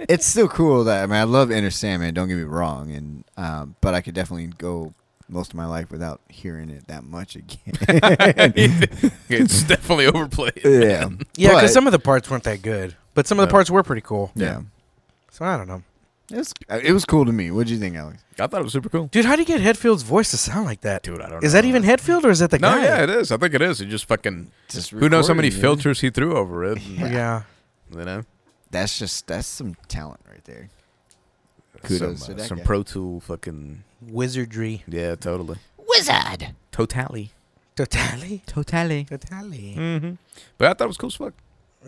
Speaker 3: It's still cool that I mean I love Inner Sandman. Don't get me wrong, and um, but I could definitely go most of my life without hearing it that much again.
Speaker 2: *laughs* it's definitely overplayed.
Speaker 3: *laughs* yeah,
Speaker 1: Yeah,
Speaker 3: But-
Speaker 1: because some of the parts weren't that good, but some of the
Speaker 2: No.
Speaker 1: parts were pretty cool.
Speaker 3: yeah.
Speaker 1: So I don't know,
Speaker 3: It was, it was cool to me. What would you think, Alex?
Speaker 2: I thought it was super cool.
Speaker 1: dude. How do you get Headfield's voice to sound like that?
Speaker 2: Dude, I don't
Speaker 1: Is
Speaker 2: know.
Speaker 1: that even Headfield or is that the
Speaker 2: No,
Speaker 1: guy?
Speaker 2: yeah, it is. I think it is. It just fucking
Speaker 3: Just
Speaker 2: who knows how many
Speaker 3: recorded, man.
Speaker 2: filters he threw over it. and,
Speaker 3: *laughs* Yeah.
Speaker 1: yeah.
Speaker 2: You know?
Speaker 3: That's just that's some talent right there. Kudos to
Speaker 2: some, uh,
Speaker 3: that
Speaker 2: some
Speaker 3: guy.
Speaker 2: Pro Tool fucking
Speaker 1: Wizardry.
Speaker 2: yeah, totally,
Speaker 4: Wizard.
Speaker 2: totally, *laughs*
Speaker 1: Totally.
Speaker 4: Totally.
Speaker 1: Totally.
Speaker 2: Mm-hmm. But I thought it was cool as fuck.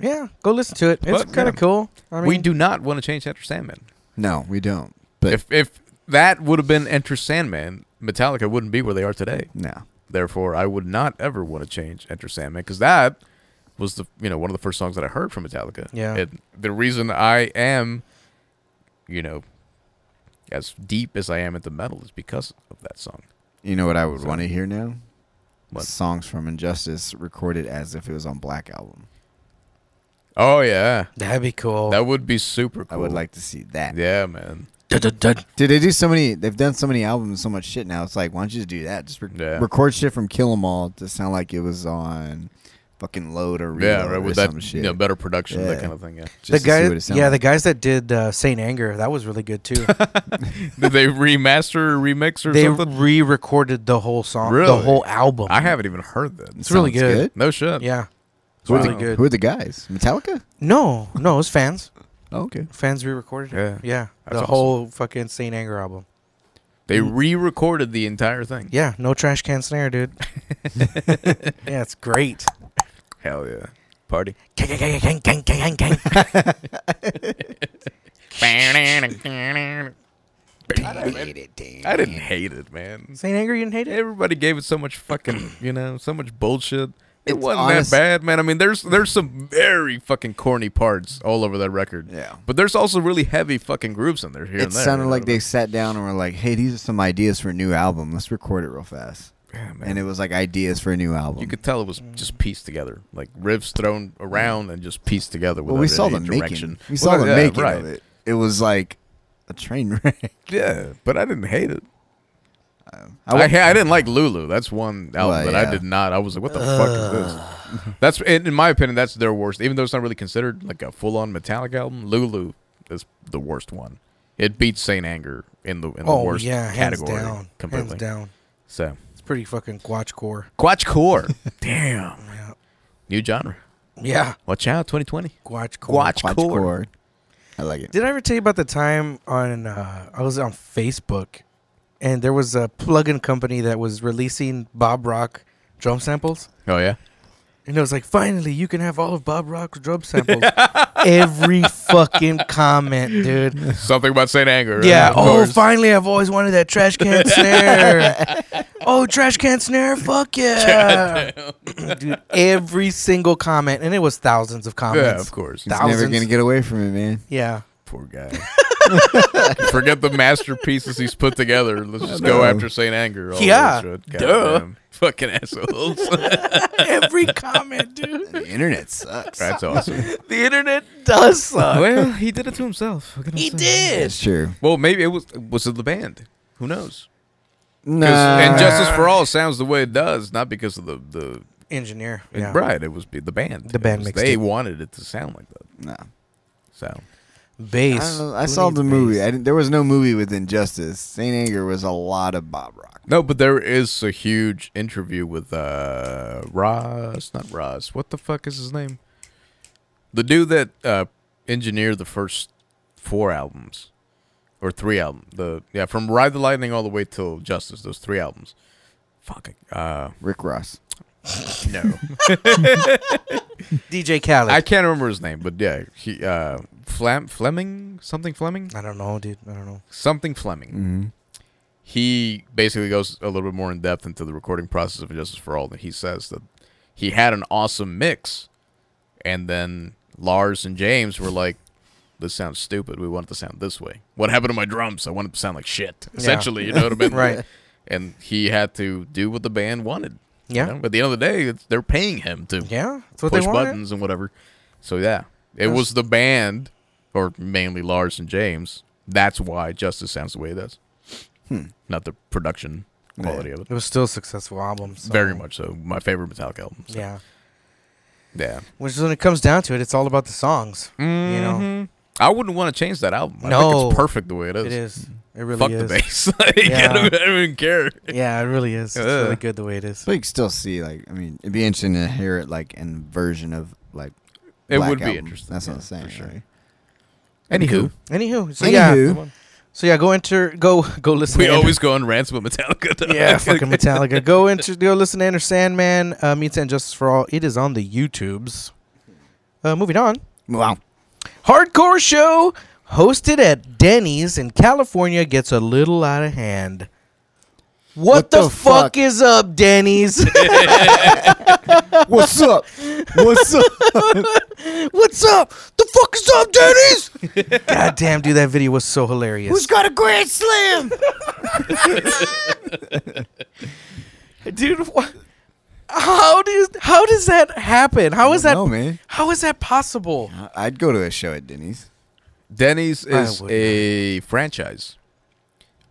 Speaker 1: Yeah, go listen to it. It's
Speaker 2: But,
Speaker 1: kind of
Speaker 2: yeah.
Speaker 1: cool. I mean,
Speaker 2: we do not want to change Enter Sandman.
Speaker 3: No, we don't. But
Speaker 2: If if that would have been Enter Sandman, Metallica wouldn't be where they are today.
Speaker 3: no,
Speaker 2: Therefore, I would not ever want to change Enter Sandman because that was the you know one of the first songs that I heard from Metallica.
Speaker 1: Yeah.
Speaker 2: And the reason I am, you know, as deep as I am into metal is because of that song.
Speaker 3: you know what I would
Speaker 2: So-
Speaker 3: want to hear now?
Speaker 2: What?
Speaker 3: Songs from Injustice recorded as if it was on Black album.
Speaker 2: Oh yeah,
Speaker 1: That'd be cool.
Speaker 2: that would be super
Speaker 3: I
Speaker 2: cool.
Speaker 3: would like to see that.
Speaker 2: Yeah, man.
Speaker 1: Dun, dun, dun.
Speaker 3: Dude, they do so many. They've done so many albums, and so much shit now. It's like, why don't you just do that? Just re-
Speaker 2: Yeah.
Speaker 3: record shit from Kill 'Em All to sound like it was on fucking Load or Reload
Speaker 2: Yeah, right.
Speaker 3: or
Speaker 2: With
Speaker 3: some
Speaker 2: that,
Speaker 3: shit.
Speaker 2: you know, better production, that
Speaker 3: Yeah.
Speaker 2: kind of
Speaker 3: *laughs*
Speaker 2: thing. Yeah.
Speaker 1: The
Speaker 3: just to see
Speaker 1: guy,
Speaker 3: what it sounds
Speaker 1: yeah, the
Speaker 3: like.
Speaker 1: guys that did uh, Saint Anger, that was really
Speaker 2: *laughs*
Speaker 1: good too.
Speaker 2: Did they remaster, or remix, or
Speaker 1: they
Speaker 2: something?
Speaker 1: re-recorded the whole song, the
Speaker 2: Really?
Speaker 1: whole album.
Speaker 2: I haven't even heard that.
Speaker 1: It's really
Speaker 3: Sounds
Speaker 1: good.
Speaker 2: No shit.
Speaker 1: Yeah, it's
Speaker 3: Who, are
Speaker 1: really
Speaker 3: the,
Speaker 1: good.
Speaker 3: who are the guys? Metallica?
Speaker 1: No, no, it was fans.
Speaker 3: Oh, okay.
Speaker 1: Fans re-recorded.
Speaker 2: Yeah.
Speaker 1: it. yeah,
Speaker 2: That's
Speaker 1: the
Speaker 2: awesome.
Speaker 1: whole fucking Saint Anger album.
Speaker 2: They re-recorded the entire thing.
Speaker 1: Yeah, no trash can snare,
Speaker 2: *laughs*
Speaker 1: dude. yeah, it's great.
Speaker 2: Hell yeah. Party.
Speaker 1: Gang, gang, gang, gang, gang, gang, gang.
Speaker 2: *laughs* I didn't hate it, man.
Speaker 1: Saint Anger, you didn't hate it?
Speaker 2: Everybody gave it so much
Speaker 3: *clears throat*
Speaker 2: fucking, you know, so much bullshit. It
Speaker 3: It's
Speaker 2: wasn't
Speaker 3: honest-
Speaker 2: that bad, man. I mean, there's there's some very fucking corny parts all over that record.
Speaker 3: Yeah.
Speaker 2: But there's also really heavy fucking grooves in there here
Speaker 3: It
Speaker 2: and there.
Speaker 3: sounded
Speaker 2: you know
Speaker 3: like
Speaker 2: what I
Speaker 3: they sat down and were like, "Hey, these are some ideas for a new album. Let's record it real fast."
Speaker 2: mean? Yeah, man.
Speaker 3: And it was like ideas for a new album.
Speaker 2: you could tell it was just pieced together, like riffs thrown around and just pieced together.
Speaker 3: well, we
Speaker 2: without
Speaker 3: saw
Speaker 2: any
Speaker 3: the
Speaker 2: direction.
Speaker 3: making. We saw
Speaker 2: Well,
Speaker 3: the
Speaker 2: yeah,
Speaker 3: making
Speaker 2: right.
Speaker 3: of it. It was like a train wreck. *laughs*
Speaker 2: Yeah, but I didn't hate it.
Speaker 3: I
Speaker 2: I,
Speaker 3: would-
Speaker 2: ha- I didn't like Lulu. That's one album
Speaker 3: Well,
Speaker 2: that I
Speaker 3: yeah.
Speaker 2: did not. I was like, what the fuck is this? That's in, in my opinion, that's their worst. Even though it's not really considered like a full on metallic album, Lulu is the worst one. It beats Saint Anger in the in the
Speaker 1: Oh
Speaker 2: worst
Speaker 1: yeah, hands
Speaker 2: category
Speaker 1: down,
Speaker 2: completely.
Speaker 1: hands down.
Speaker 2: So
Speaker 1: It's pretty fucking quatchcore. *laughs*
Speaker 2: Quatchcore, damn,
Speaker 1: Yeah,
Speaker 2: new genre.
Speaker 1: yeah,
Speaker 2: Watch out, 2020.
Speaker 1: quatchcore.
Speaker 2: Quatch-
Speaker 3: Quatch
Speaker 2: Quatchcore.
Speaker 3: chord. I like it.
Speaker 1: Did I ever tell you about the time on uh, I was on Facebook, and there was a plugin company that was releasing Bob Rock drum samples,
Speaker 2: Oh yeah,
Speaker 1: and it was like, finally, you can have all of Bob Rock's drum *laughs* samples. Every fucking comment, dude.
Speaker 2: something about Saint Anger. right?
Speaker 1: Yeah.
Speaker 2: Of
Speaker 1: Oh,
Speaker 2: course.
Speaker 1: finally, I've always wanted that trash *laughs* can snare. oh, trash can snare. Fuck *laughs* yeah, dude. Every single comment, and it was thousands of comments.
Speaker 2: yeah, of course.
Speaker 1: That-
Speaker 3: Never
Speaker 1: Thousands.
Speaker 3: gonna get away from it, man.
Speaker 1: *laughs* Yeah.
Speaker 2: Poor guy. *laughs* Forget the masterpieces he's put together. Let's just go
Speaker 3: know.
Speaker 2: after Saint Anger. all
Speaker 1: Yeah.
Speaker 2: this shit.
Speaker 1: Duh.
Speaker 2: Goddamn. Fucking assholes.
Speaker 1: Every comment, dude.
Speaker 3: The internet
Speaker 2: *laughs*
Speaker 3: sucks.
Speaker 2: That's awesome.
Speaker 1: The internet does
Speaker 2: *laughs*
Speaker 1: suck.
Speaker 2: well, he did it to himself.
Speaker 1: He did.
Speaker 3: That's true.
Speaker 2: Well, maybe it was was it the band? Who knows? 'Cause
Speaker 3: Nah.
Speaker 2: Injustice for All sounds the way it does, not because of the the
Speaker 1: Engineer.
Speaker 2: yeah.
Speaker 1: Yeah.
Speaker 2: right. It was be- the band.
Speaker 1: The
Speaker 2: It
Speaker 1: band
Speaker 2: was-
Speaker 1: mixed
Speaker 2: They
Speaker 1: it.
Speaker 2: wanted it to sound like that.
Speaker 3: Nah.
Speaker 2: So
Speaker 3: I,
Speaker 1: Bass.
Speaker 3: don't know. I
Speaker 1: Who
Speaker 3: saw
Speaker 1: needs
Speaker 3: the
Speaker 1: bass?
Speaker 3: movie. I didn't, there was no movie with Injustice. Saint Anger was a lot of Bob Rock.
Speaker 2: no, but there is a huge interview with uh Ross, not Ross. What the fuck is his name? The dude that uh engineered the first four albums or three albums. The yeah, from Ride the Lightning all the way till Justice, those three albums. Fuck. Uh
Speaker 3: Rick Ross.
Speaker 2: no.
Speaker 1: DJ
Speaker 2: *laughs*
Speaker 1: Khaled.
Speaker 2: I
Speaker 1: I,
Speaker 2: can't remember his name, but yeah, he uh, Flem Fleming something Fleming
Speaker 1: don't know, dude. I don't know.
Speaker 2: something Fleming.
Speaker 3: Mm-hmm.
Speaker 2: He basically goes a little bit more in depth into the recording process of Justice for All, and he says that he had an awesome mix, and then Lars and James were like, "This sounds stupid. We want it to sound this way. What happened to my drums? I want it to sound like shit." Essentially, you know what I mean?
Speaker 1: *laughs* Right.
Speaker 2: And he had to do what the band wanted. you
Speaker 1: Yeah.
Speaker 2: know? But at the end of the day, it's, they're paying him to
Speaker 1: Yeah. That's what
Speaker 2: push
Speaker 1: they wanted.
Speaker 2: buttons and whatever. So yeah, it
Speaker 1: That's-
Speaker 2: was the band, or mainly Lars and James. That's why Justice sounds the way it does.
Speaker 1: Hmm.
Speaker 2: Not the production quality of it.
Speaker 1: It was still a successful album. so-
Speaker 2: Very much so. My favorite Metallica album. so,
Speaker 1: Yeah.
Speaker 2: yeah.
Speaker 1: Which is when it comes down to it, it's all about the songs. You know,
Speaker 2: Mm-hmm. I wouldn't want to change that album. I think
Speaker 1: No.
Speaker 2: it's perfect the way it is.
Speaker 1: it is. It really
Speaker 2: Fuck
Speaker 1: is.
Speaker 2: the bass. *laughs* Like,
Speaker 1: Yeah.
Speaker 2: I, don't, I don't even care.
Speaker 1: Yeah, it really is. It's
Speaker 2: Ugh.
Speaker 1: really good the way it is.
Speaker 3: But you can still see, like, I mean, it'd be interesting to hear it, like, in version of, like,
Speaker 2: It
Speaker 3: Black
Speaker 2: would be
Speaker 3: Album.
Speaker 2: interesting.
Speaker 3: That's
Speaker 2: yeah,
Speaker 3: what I'm saying.
Speaker 2: for sure.
Speaker 3: right?
Speaker 2: Anywho,
Speaker 1: Anywho, so yeah,
Speaker 3: Anywho,
Speaker 1: so yeah, go enter, go,
Speaker 2: *laughs*
Speaker 1: go listen.
Speaker 2: we
Speaker 1: to Enter-
Speaker 2: always go on rants about Metallica. *laughs*
Speaker 1: yeah, fucking Metallica. Go into go listen to Enter Sandman. Uh, meets and Justice for All. It is on the YouTubes. Uh, moving on.
Speaker 3: wow.
Speaker 1: Hardcore show hosted at Denny's in California gets a little out of hand. What, the, fuck? is up, Denny's?
Speaker 3: *laughs* What's up? What's *laughs* up?
Speaker 1: What's up? The fuck is up, Denny's? God damn, dude, that video was so hilarious.
Speaker 3: got a grand slam?
Speaker 1: dude, what? How does how does that happen? How is that?
Speaker 3: No man,
Speaker 1: How is that possible?
Speaker 3: I- I'd go to a show at Denny's.
Speaker 2: Denny's
Speaker 1: I
Speaker 2: is
Speaker 1: would
Speaker 2: a franchise.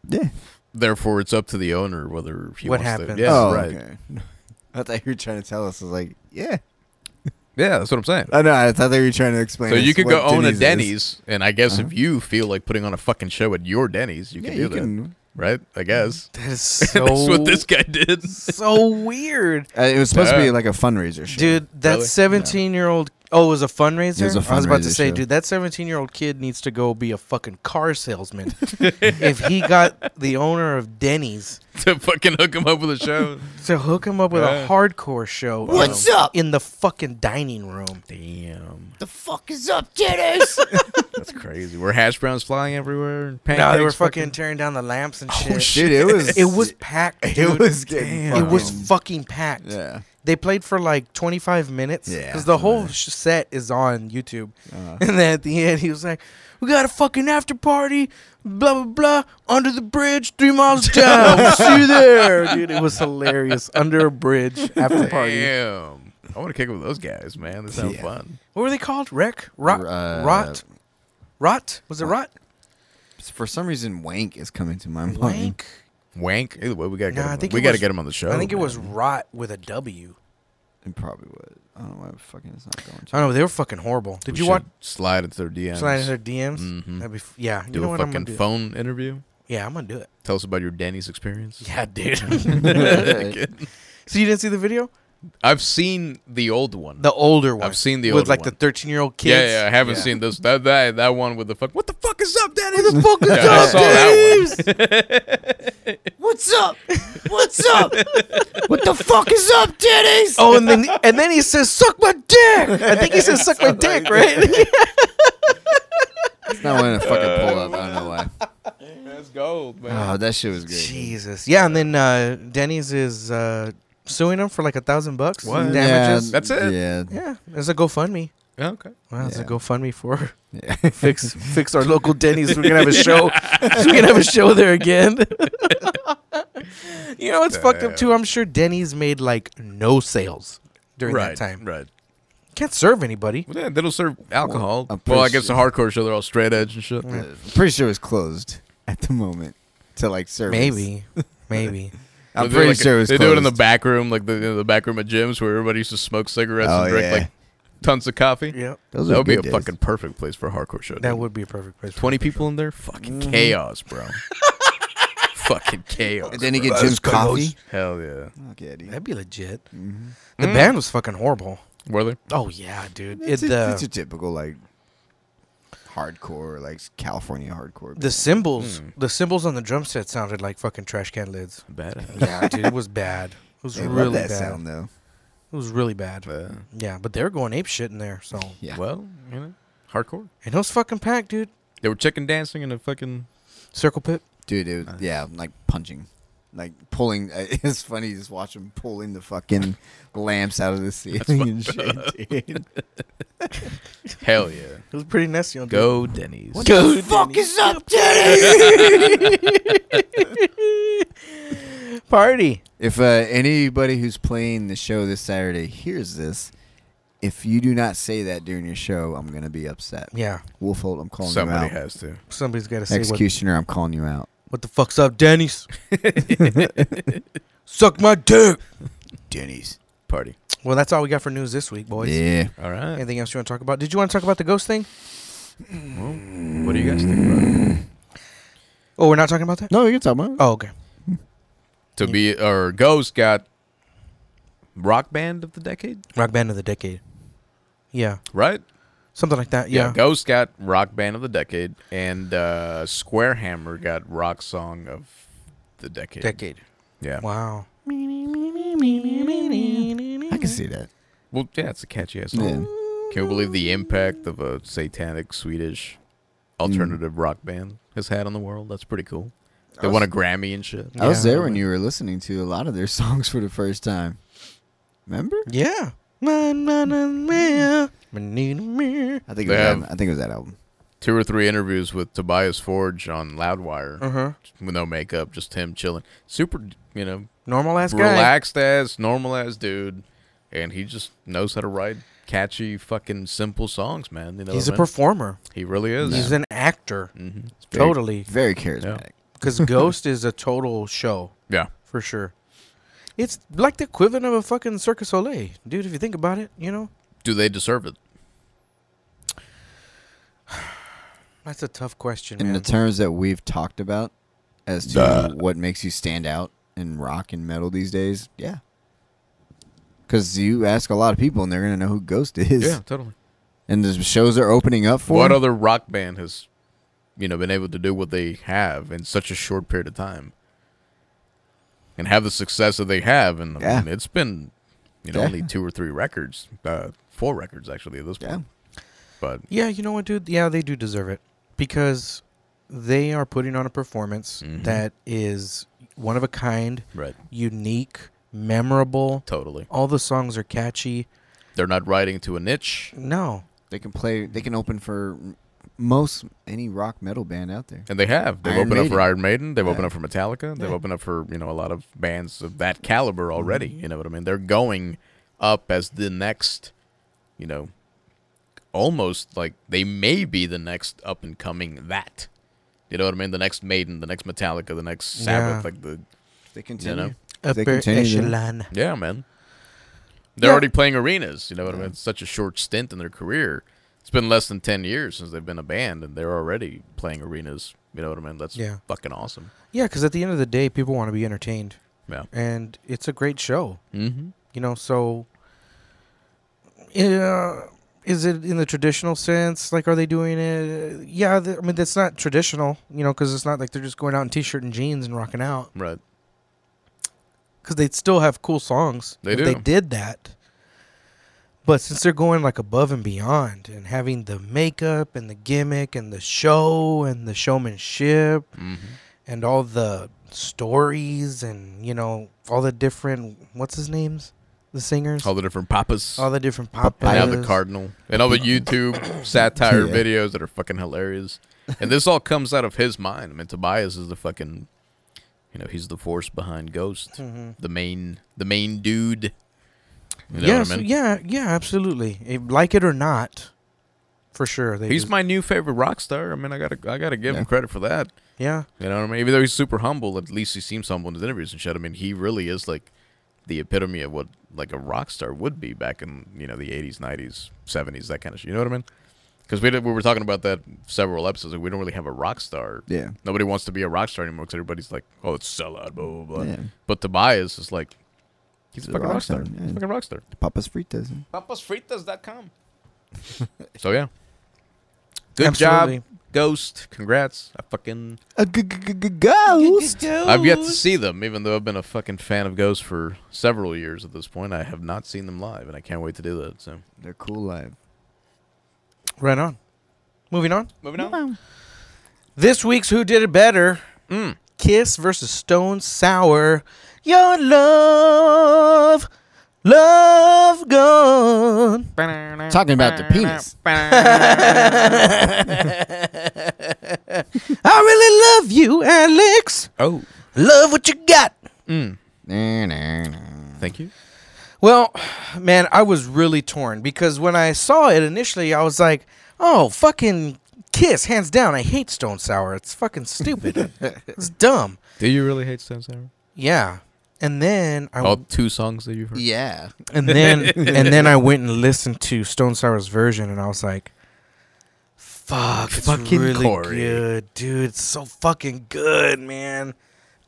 Speaker 3: Yeah.
Speaker 2: Therefore, it's up to the owner whether he
Speaker 1: What
Speaker 2: wants
Speaker 1: happens?
Speaker 2: to. Yeah,
Speaker 3: oh,
Speaker 2: right.
Speaker 3: okay. *laughs* I thought you were trying to tell us. I was like, yeah.
Speaker 2: Yeah, that's what I'm saying.
Speaker 3: I know. I thought they were trying to explain.
Speaker 2: So you
Speaker 3: us
Speaker 2: could
Speaker 3: what
Speaker 2: go own a
Speaker 3: is.
Speaker 2: Denny's, and I guess
Speaker 1: Uh-huh.
Speaker 2: if you feel like putting on a fucking show at your Denny's, you
Speaker 3: Yeah,
Speaker 2: can do
Speaker 3: you
Speaker 2: that,
Speaker 3: can.
Speaker 2: right? I
Speaker 1: *laughs*
Speaker 2: guess *laughs*
Speaker 1: That is so.
Speaker 2: that's what this guy did. *laughs*
Speaker 1: *laughs* so weird,
Speaker 3: Uh, it was supposed to be
Speaker 2: Duh.
Speaker 3: like a fundraiser show.
Speaker 1: dude. That
Speaker 2: Really?
Speaker 1: seventeen-year-old. Oh, it was a fundraiser.
Speaker 3: It was a
Speaker 1: I was about to
Speaker 3: fundraiser
Speaker 1: say,
Speaker 3: show.
Speaker 1: dude, that seventeen-year-old kid needs to go be a fucking car salesman. *laughs* if he got the owner of Denny's
Speaker 2: to fucking hook him up with a show.
Speaker 1: to hook him up with
Speaker 2: Yeah.
Speaker 1: a hardcore show,
Speaker 3: What's
Speaker 1: um,
Speaker 3: up?
Speaker 1: in the fucking dining room?
Speaker 2: Damn,
Speaker 3: the fuck is up,
Speaker 4: *laughs*
Speaker 3: Dennis?
Speaker 1: *laughs*
Speaker 2: that's crazy. Were hash browns flying everywhere? and
Speaker 1: No, they were
Speaker 2: pancakes
Speaker 1: fucking, tearing down the lamps and shit.
Speaker 3: dude, it was.
Speaker 1: It was packed. Dude.
Speaker 3: Oh, *laughs* It was getting.
Speaker 1: It was
Speaker 3: fucking-
Speaker 1: fucking packed.
Speaker 3: Yeah.
Speaker 1: They played for like 25 minutes because
Speaker 3: Yeah,
Speaker 1: the whole sh- set is on YouTube.
Speaker 2: Uh-huh.
Speaker 1: And then at the end, he was like, "We got a fucking after party, blah blah blah, under the bridge, three
Speaker 2: *laughs*
Speaker 1: miles down. We'll see you there, dude." It was hilarious. Under a bridge after party.
Speaker 2: Damn, I want to kick it with those guys, man. That sounds
Speaker 3: Yeah.
Speaker 2: fun.
Speaker 1: What were they called? Wreck, rot,
Speaker 3: Uh,
Speaker 1: rot, rot. Was it rot?
Speaker 3: For some reason, wank is coming
Speaker 2: *laughs*
Speaker 3: to my mind.
Speaker 1: Wank.
Speaker 2: Wank. Either way, we gotta get
Speaker 1: Nah, I
Speaker 2: him. on-
Speaker 1: think
Speaker 2: we
Speaker 1: it
Speaker 2: gotta
Speaker 1: was-
Speaker 2: get him on the show.
Speaker 1: I think it was
Speaker 2: Oh, man.
Speaker 1: rot with a W.
Speaker 3: It probably was. I don't know why fucking it's not going.
Speaker 2: *laughs*
Speaker 3: To.
Speaker 1: I don't know. They were fucking horrible. Did
Speaker 2: We
Speaker 1: you
Speaker 2: should
Speaker 1: watch?
Speaker 2: Slide into their DMs.
Speaker 1: Slide into their DMs.
Speaker 2: Mhm.
Speaker 1: That'd be f- yeah.
Speaker 2: Do
Speaker 1: you know
Speaker 2: a
Speaker 1: what I'm
Speaker 2: fucking
Speaker 1: gonna do?
Speaker 2: phone interview.
Speaker 1: Yeah, I'm gonna do it.
Speaker 2: Tell us about your Denny's experience.
Speaker 1: Yeah, dude.
Speaker 2: *laughs*
Speaker 1: so you didn't see the video?
Speaker 2: I've seen the old one.
Speaker 1: The older one.
Speaker 2: I've seen the
Speaker 1: with
Speaker 2: old
Speaker 1: like
Speaker 2: one.
Speaker 1: the 13 year old kids.
Speaker 2: yeah, yeah, I haven't
Speaker 3: Yeah.
Speaker 2: seen this. That, that that one with the fuck. What the fuck is up, Denny's?
Speaker 1: The fuck
Speaker 2: *laughs*
Speaker 1: is
Speaker 2: Yeah, I
Speaker 1: up,
Speaker 2: saw that one.
Speaker 1: Dave?
Speaker 2: *laughs*
Speaker 3: What's up? What's up? what the fuck is up, Dennis?
Speaker 1: Oh, and then and then he says, "Suck my dick." I think he says, "Suck my dick," right?
Speaker 3: it's not wanting to fucking pull up. I don't know why.
Speaker 2: That's gold, man.
Speaker 3: Oh, that shit was great.
Speaker 1: *laughs* Jesus. Yeah, and then uh, Denny's is uh, suing him for like a thousand bucks
Speaker 2: What?
Speaker 1: in damages.
Speaker 2: That's it?
Speaker 3: Yeah.
Speaker 1: Yeah, there's a GoFundMe.
Speaker 2: Yeah, okay.
Speaker 1: Wow, there's a
Speaker 3: Yeah.
Speaker 1: GoFundMe for
Speaker 3: yeah. *laughs*
Speaker 1: fix fix our local Denny's. We're gonna have a show. *laughs* We're gonna have a show there again. *laughs* you know it's fucked up too. I'm sure Denny's made like no sales during
Speaker 2: right,
Speaker 1: that time.
Speaker 2: right.
Speaker 1: Can't serve anybody.
Speaker 2: Well, yeah, they don't serve alcohol.
Speaker 3: I'm
Speaker 2: Well,
Speaker 3: pretty
Speaker 2: I guess the hardcore show they're all straight edge and shit.
Speaker 3: Uh, pretty sure it was closed at the moment to like service. *laughs*
Speaker 1: Maybe, maybe.
Speaker 2: They
Speaker 3: I'm
Speaker 2: do,
Speaker 3: pretty
Speaker 2: like,
Speaker 3: sure it was
Speaker 2: They
Speaker 3: closed.
Speaker 2: do it in the back room, like the you know, the back room at gyms where everybody used to smoke cigarettes
Speaker 3: Oh,
Speaker 2: and drink
Speaker 3: yeah.
Speaker 2: like tons of coffee.
Speaker 1: yeah,
Speaker 3: Those
Speaker 2: That
Speaker 3: were
Speaker 2: would be a
Speaker 3: good days.
Speaker 2: fucking perfect place for a hardcore show.
Speaker 1: that
Speaker 2: dude.
Speaker 1: would be a perfect place. for
Speaker 2: Twenty
Speaker 1: a
Speaker 2: people in there, fucking
Speaker 3: Mm-hmm.
Speaker 2: chaos,
Speaker 3: *laughs*
Speaker 2: bro. fucking chaos.
Speaker 3: And then you
Speaker 2: bro.
Speaker 3: get Jim's coffee.
Speaker 2: hell yeah.
Speaker 3: Okay, dude.
Speaker 1: That'd be legit.
Speaker 3: Mhm.
Speaker 1: The band was fucking horrible.
Speaker 2: Were they?
Speaker 1: Oh yeah, dude. It, uh,
Speaker 3: It's, a, it's a
Speaker 1: the
Speaker 3: typical like hardcore, like California hardcore.
Speaker 1: the cymbals,
Speaker 3: Hmm.
Speaker 1: the cymbals on the drum set sounded like fucking trash can lids.
Speaker 2: Badass.
Speaker 1: Yeah, dude, it was bad. It
Speaker 3: *laughs*
Speaker 1: was
Speaker 3: they love
Speaker 1: really
Speaker 3: that
Speaker 1: bad.
Speaker 3: sound though.
Speaker 1: It was really bad.
Speaker 2: Yeah.
Speaker 1: Yeah, but they were going ape shit in there. So
Speaker 3: Yeah.
Speaker 2: Uh, Well, you know, hardcore.
Speaker 1: and it was fucking packed, dude.
Speaker 2: They were chicken dancing in a fucking.
Speaker 1: Circle pit.
Speaker 3: Dude, it was, yeah, like punching, like pulling. *laughs* It's funny just watch him pulling the fucking lamps out of the ceiling and shit. Dude.
Speaker 2: Hell yeah.
Speaker 1: It was pretty nasty.
Speaker 2: *laughs*
Speaker 1: On
Speaker 2: Go Denny's.
Speaker 1: Go the fuck is up, Denny? Party.
Speaker 3: *laughs* If uh, anybody who's playing the show this Saturday hears this, if you do not say that during your show, I'm gonna be upset.
Speaker 1: Yeah,
Speaker 3: Wolfold, I'm calling
Speaker 2: Somebody
Speaker 3: you out.
Speaker 2: has to.
Speaker 1: somebody's got to say what,
Speaker 3: Executioner, I'm calling you out.
Speaker 1: what the fuck's up, Denny's. *laughs* Suck my dick.
Speaker 3: Denny's.
Speaker 2: Party.
Speaker 1: Well, that's all we got for news this week, boys.
Speaker 3: Yeah.
Speaker 2: All right.
Speaker 1: Anything else you want to talk about? Did you want to talk about the ghost thing?
Speaker 2: Well, what do you guys think about it?
Speaker 1: Oh, we're not talking about that.
Speaker 3: No, you can talk about. it.
Speaker 1: Oh, okay.
Speaker 2: To be or Ghost got rock band of the decade,
Speaker 1: Rock band of the decade. Yeah,
Speaker 2: right?
Speaker 1: something like that. Yeah.
Speaker 2: Ghost got rock band of the decade, and uh, Square Hammer got rock song of the decade.
Speaker 1: decade.
Speaker 2: yeah.
Speaker 1: Wow.
Speaker 3: I can see that.
Speaker 2: Well, yeah, it's a catchy ass
Speaker 3: Yeah.
Speaker 2: song. Can you believe the impact of a satanic Swedish
Speaker 1: Mm.
Speaker 2: alternative rock band has had on the world? That's pretty cool. They won a Grammy and shit.
Speaker 3: I was
Speaker 1: Yeah.
Speaker 3: there when you were listening to a lot of their *laughs* songs for the first time. Remember?
Speaker 1: Yeah. Na, na, na, meh. Me, nee, nee, meh.
Speaker 3: I
Speaker 2: They
Speaker 3: think it was
Speaker 2: have-
Speaker 3: that, I think it was that album.
Speaker 2: Two or three interviews with Tobias Forge on Loudwire
Speaker 1: Uh-huh.
Speaker 2: with no makeup, just him chilling. Super, you know,
Speaker 1: normal ass guy.
Speaker 2: relaxed as normal as dude, and he just knows how to write catchy, fucking simple songs, man. You know,
Speaker 1: He's a
Speaker 2: what I mean?
Speaker 1: performer.
Speaker 2: he really is.
Speaker 1: He's an actor.
Speaker 2: hmm
Speaker 3: Very-
Speaker 1: *laughs* Totally.
Speaker 3: Very charismatic.
Speaker 1: Because Ghost is a total show
Speaker 2: Yeah,
Speaker 1: for sure. It's like the equivalent of a fucking Circus Soleil, dude. If you think about it, you know
Speaker 2: do they deserve it?
Speaker 1: that's a tough question,
Speaker 3: In
Speaker 1: man.
Speaker 3: the terms that we've talked about as to
Speaker 2: Duh.
Speaker 3: what makes you stand out in rock and metal these days, yeah. Because you ask a lot of people and they're going to know who Ghost is.
Speaker 2: totally.
Speaker 3: And the shows are opening up for
Speaker 2: What
Speaker 3: him.
Speaker 2: other rock band has, you know, been able to do what they have in such a short period of time, and have the success that they have? And I
Speaker 3: Yeah.
Speaker 2: mean, it's been, you know,
Speaker 3: Yeah.
Speaker 2: only two or three records, uh, four records actually at this
Speaker 3: Yeah.
Speaker 2: point. But
Speaker 1: yeah, you know what, dude? Yeah, they do deserve it because they are putting on a performance
Speaker 3: Mm-hmm.
Speaker 2: Mhm.
Speaker 1: that is one of a kind,
Speaker 2: right,
Speaker 1: unique, memorable.
Speaker 2: totally,
Speaker 1: All the songs are catchy.
Speaker 2: they're not writing to a niche,
Speaker 1: No,
Speaker 3: They can play. They can open for m- most any rock metal band out there.
Speaker 2: And they have. They've
Speaker 3: Iron
Speaker 2: opened up
Speaker 3: Maiden.
Speaker 2: for Iron Maiden. They've
Speaker 3: Yeah.
Speaker 2: opened up for Metallica. They've
Speaker 3: Yeah.
Speaker 2: opened up for you know a lot of bands of that caliber already.
Speaker 3: Mm-hmm.
Speaker 2: You know what I mean? They're going up as the next, you know, almost like they may be the next up and coming that. You know what I mean? The next Maiden, the next Metallica, the next Sabbath.
Speaker 1: Yeah.
Speaker 2: Like the
Speaker 3: They continue.
Speaker 2: know.
Speaker 3: They
Speaker 1: upper
Speaker 3: continue to-
Speaker 1: echelon.
Speaker 2: yeah, man. They're
Speaker 1: Yeah.
Speaker 2: already playing arenas. You know what I
Speaker 3: Yeah.
Speaker 2: mean? It's such a short stint in their career. It's been less than ten years since they've been a band, and they're already playing arenas. You know what I mean? That's
Speaker 1: Yeah.
Speaker 2: fucking awesome.
Speaker 1: Yeah, because at the end of the day, people want to be entertained,
Speaker 2: Yeah.
Speaker 1: and it's a great show.
Speaker 2: Mm-hmm.
Speaker 1: you know so uh, is it in the traditional sense like are they doing it yeah th- i mean that's not traditional you know because it's not like they're just going out in t-shirt and jeans and rocking out
Speaker 2: Right.
Speaker 1: because they still have cool songs
Speaker 2: They
Speaker 1: if
Speaker 2: do.
Speaker 1: they did that but since they're going like above and beyond and having the makeup and the gimmick and the show and the showmanship
Speaker 3: Mm-hmm.
Speaker 1: and all the stories and you know all the different what's his names the singers
Speaker 2: All the different papas.
Speaker 1: all the different pop
Speaker 2: and now
Speaker 3: Papayas.
Speaker 2: the cardinal. And all the YouTube satire
Speaker 3: *laughs* Yeah.
Speaker 2: videos that are fucking hilarious. And this all comes out of his mind. I mean, Tobias is the fucking, you know, he's the force behind Ghost,
Speaker 1: Mm-hmm.
Speaker 2: the main, the main dude. You know
Speaker 1: yes,
Speaker 2: what I mean?
Speaker 1: yeah, yeah, absolutely. If- like it or not, for sure. They
Speaker 2: He's
Speaker 1: just-
Speaker 2: my new favorite rock star. I mean, I gotta, I gotta give
Speaker 3: Yeah.
Speaker 2: him credit for that.
Speaker 1: yeah,
Speaker 2: You know what I mean? Even though he's super humble, at least he seems humble in his interviews and shit. I mean, he really is like the epitome of what like a rock star would be back in you know the eighties, nineties, seventies, that kind of shit. You know what I mean? Because we did, we were talking about that several episodes. Like we don't really have a rock star.
Speaker 3: Yeah.
Speaker 2: Nobody wants to be a rock star anymore because everybody's like, oh, it's sellout, blah blah blah.
Speaker 3: Yeah.
Speaker 2: But Tobias is like, he's a
Speaker 3: He's
Speaker 2: fucking rock star.
Speaker 3: yeah.
Speaker 2: He's a fucking rock star.
Speaker 3: Papas fritas. huh?
Speaker 2: Papasfritas.com. so *laughs* yeah, good
Speaker 1: absolutely.
Speaker 2: job, Ghost. Congrats. I fucking
Speaker 3: A Uh, g- g- g- ghost.
Speaker 2: I've yet to see them, even though I've been a fucking fan of Ghost for several years at this point. I have not seen them live, and I can't wait to do that. So
Speaker 3: They're cool live.
Speaker 1: Right on. Moving on.
Speaker 2: moving
Speaker 1: This week's Who Did It Better?
Speaker 2: Mm.
Speaker 1: Kiss versus Stone Sour. Your love, love gone.
Speaker 3: Talking about the *laughs* penis.
Speaker 1: I really love you, Alex.
Speaker 2: Oh,
Speaker 1: Love what you got.
Speaker 3: Nah, nah, nah.
Speaker 2: Mm. thank you.
Speaker 1: Well, man, I was really torn because when I saw it initially, I was like, "Oh, fucking Kiss, hands down. I hate Stone Sour. It's fucking stupid. it's dumb."
Speaker 2: Do you really hate Stone Sour?
Speaker 1: Yeah. And then I
Speaker 2: All two songs that you've heard.
Speaker 3: Yeah.
Speaker 1: and then
Speaker 2: *laughs*
Speaker 1: and then I went and listened to Stone Sour's version, and I was like, "Fuck, it's
Speaker 2: Fucking
Speaker 1: really
Speaker 2: Corey.
Speaker 1: good, dude. It's so fucking good, man.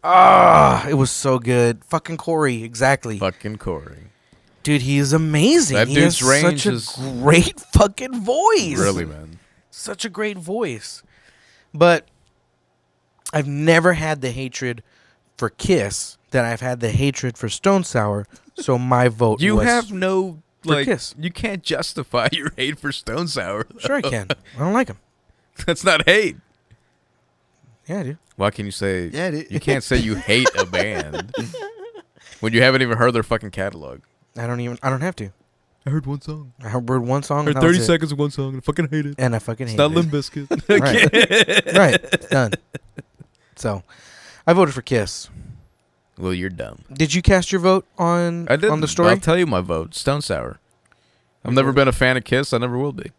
Speaker 1: Ah, it was so good. Fucking Corey, exactly."
Speaker 2: Fucking Corey.
Speaker 1: Dude, he is amazing.
Speaker 2: That
Speaker 1: he
Speaker 2: dude's
Speaker 1: has
Speaker 2: range
Speaker 1: such a
Speaker 2: is-
Speaker 1: great *laughs* fucking voice.
Speaker 2: Really, man.
Speaker 1: Such a great voice. But I've never had the hatred for Kiss that I've had the hatred for Stone Sour. So my vote
Speaker 2: You
Speaker 1: was
Speaker 2: have no
Speaker 1: For
Speaker 2: like.
Speaker 1: Kiss.
Speaker 2: You can't justify *laughs* your hate for Stone Sour. *laughs*
Speaker 1: Sure I can. I don't like him.
Speaker 2: That's not hate.
Speaker 1: Yeah, dude.
Speaker 2: Why can you say?
Speaker 3: Yeah, dude.
Speaker 2: You can't say you hate a
Speaker 1: *laughs*
Speaker 2: band when you haven't even heard their fucking catalog.
Speaker 1: I don't even I don't have to.
Speaker 2: I heard one song.
Speaker 1: I heard one song
Speaker 2: Heard
Speaker 1: and that was
Speaker 2: thirty
Speaker 1: it.
Speaker 2: seconds of one song, and I fucking hate it.
Speaker 1: and I fucking hate
Speaker 2: It's not
Speaker 1: it.
Speaker 2: Limp Bizkit.
Speaker 1: right. right. It's done. So I voted for Kiss.
Speaker 2: Well, you're dumb.
Speaker 1: Did you cast your vote on
Speaker 2: I did
Speaker 1: on the story?
Speaker 2: I'll tell you my vote. Stone Sour. I've never been a fan of Kiss. I never will be.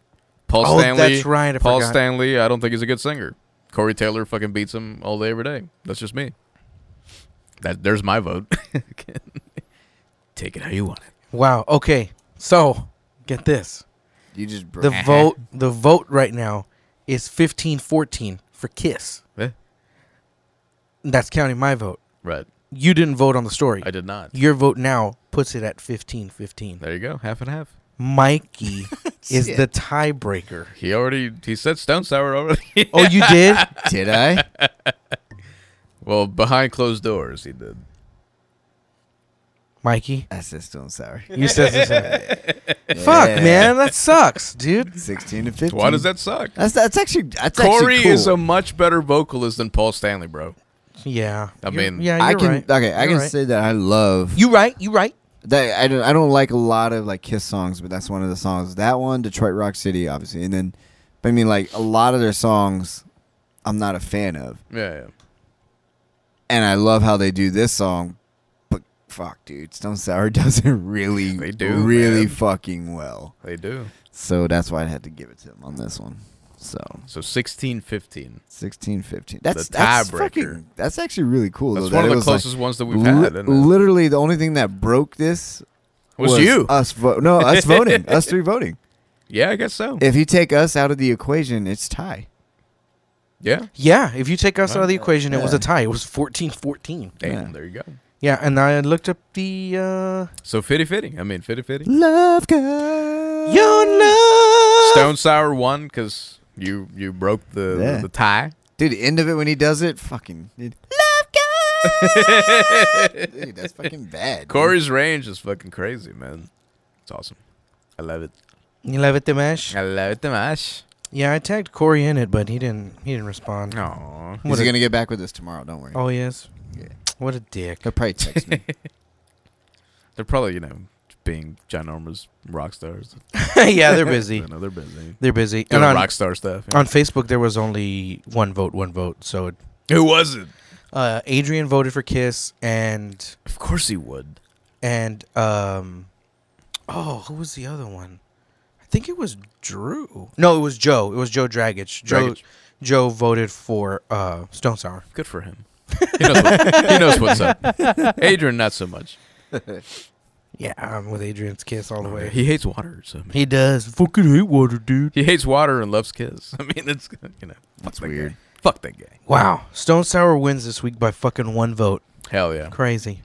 Speaker 2: Paul
Speaker 1: Oh,
Speaker 2: Stanley.
Speaker 1: that's right, I
Speaker 2: Paul
Speaker 1: forgot.
Speaker 2: Stanley. I don't think he's a good singer. Corey Taylor fucking beats him all day every day. That's just me. That there's my vote. *laughs* Take it how you want it.
Speaker 1: wow. Okay. So get this.
Speaker 3: You just broke.
Speaker 1: The vote the vote right now is fifteen fourteen for Kiss.
Speaker 2: Eh,
Speaker 1: That's counting my vote.
Speaker 2: Right.
Speaker 1: You didn't vote on the story.
Speaker 2: I did not.
Speaker 1: Your vote now puts it at fifteen fifteen.
Speaker 2: There you go. Half and half.
Speaker 1: Mikey is
Speaker 3: Shit.
Speaker 1: the tiebreaker.
Speaker 2: He already he said Stone Sour already. *laughs*
Speaker 1: Oh, you did?
Speaker 3: Did I?
Speaker 2: well, behind closed doors he did.
Speaker 1: Mikey.
Speaker 3: I said Stone Sour.
Speaker 1: You said this. Fuck,
Speaker 3: Yeah.
Speaker 1: man. That sucks,
Speaker 3: *laughs*
Speaker 1: dude.
Speaker 3: Sixteen to fifteen.
Speaker 2: Why does that suck?
Speaker 3: That's that's actually that's
Speaker 2: Corey
Speaker 3: actually cool.
Speaker 2: is a much better vocalist than Paul Stanley, bro.
Speaker 1: Yeah.
Speaker 2: I
Speaker 1: You're-
Speaker 2: mean,
Speaker 1: yeah, you're
Speaker 3: I can
Speaker 1: right.
Speaker 3: okay. I
Speaker 1: You're
Speaker 3: can
Speaker 1: right.
Speaker 3: say that I love
Speaker 1: You right, you right.
Speaker 3: that. I don't. I don't like a lot of like Kiss songs, but that's one of the songs. That one, Detroit Rock City, obviously, and then, but I mean, like a lot of their songs, I'm not a fan of,
Speaker 2: Yeah, yeah.
Speaker 3: and I love how they do this song, but fuck, dude, Stone Sour *laughs* does it really,
Speaker 2: They do,
Speaker 3: really
Speaker 2: man.
Speaker 3: fucking well.
Speaker 2: They do.
Speaker 3: So that's why I had to give it to him on this one. So
Speaker 2: So 16 15.
Speaker 3: 16, 15. That's
Speaker 2: The
Speaker 3: that's
Speaker 2: tiebreaker.
Speaker 3: fucking. That's actually really cool.
Speaker 2: That's
Speaker 3: though,
Speaker 2: one of
Speaker 3: that it
Speaker 2: the
Speaker 3: was, like,
Speaker 2: closest ones that we've
Speaker 3: li-
Speaker 2: had. isn't it?
Speaker 3: Literally, the only thing that broke this
Speaker 2: was, you.
Speaker 3: Us vo-
Speaker 2: *laughs*
Speaker 3: no, us voting. us three voting.
Speaker 2: yeah, I guess so.
Speaker 3: If you take us out of the equation, it's tie.
Speaker 2: yeah.
Speaker 1: Yeah, if you take us out of the
Speaker 2: Right.
Speaker 1: equation, it was a
Speaker 3: Yeah.
Speaker 1: tie. It was 14-14.
Speaker 2: Damn,
Speaker 3: Yeah.
Speaker 2: there you go.
Speaker 1: Yeah, and I looked up the uh
Speaker 2: So fitty fitty. I mean, fitty
Speaker 1: Mm.
Speaker 2: fitty.
Speaker 3: Love God.
Speaker 1: Your love.
Speaker 2: Stone Sour won because you you broke the,
Speaker 3: Yeah.
Speaker 2: the tie.
Speaker 3: Dude, end of it when he does it, fucking. Dude, love God. *laughs* dude, that's fucking bad. dude.
Speaker 2: Corey's range is fucking crazy, man. It's awesome. I love it.
Speaker 1: You love it, Dimash?
Speaker 2: I love it, Dimash.
Speaker 1: Yeah, I tagged Corey in it, but he didn't he didn't respond.
Speaker 2: Aww.
Speaker 3: He's
Speaker 1: What a-
Speaker 3: gonna get back with us tomorrow. Don't worry.
Speaker 1: Oh, he is.
Speaker 3: Yeah.
Speaker 1: What a dick.
Speaker 3: He'll probably text me.
Speaker 2: They're probably, you know, being ginormous rock stars.
Speaker 1: *laughs* yeah, they're
Speaker 2: You *laughs*
Speaker 1: busy.
Speaker 2: know, they're busy.
Speaker 1: They're busy.
Speaker 2: Doing
Speaker 1: And on,
Speaker 2: rock star stuff. yeah.
Speaker 1: on Facebook there was only one vote, one vote. So it,
Speaker 2: Who was it?
Speaker 1: uh Adrian voted for Kiss and
Speaker 2: Of course he would.
Speaker 1: and um oh who was the other one i think it was drew no it was joe it was joe dragic joe
Speaker 2: Dragic.
Speaker 1: joe voted for uh stone sour
Speaker 2: Good for him. He knows, what, he knows what's
Speaker 1: *laughs*
Speaker 2: up. Adrian, not so much.
Speaker 1: yeah i'm with adrian's kiss all the way
Speaker 2: Oh, He hates water, so I mean,
Speaker 1: Oh, he does fucking hate water dude
Speaker 2: he hates water and loves kiss. *laughs* I mean, it's you know,
Speaker 3: That's
Speaker 2: that
Speaker 3: weird.
Speaker 2: guy. Fuck that guy.
Speaker 1: wow stone sour wins this week by fucking one vote
Speaker 2: Hell yeah.
Speaker 1: crazy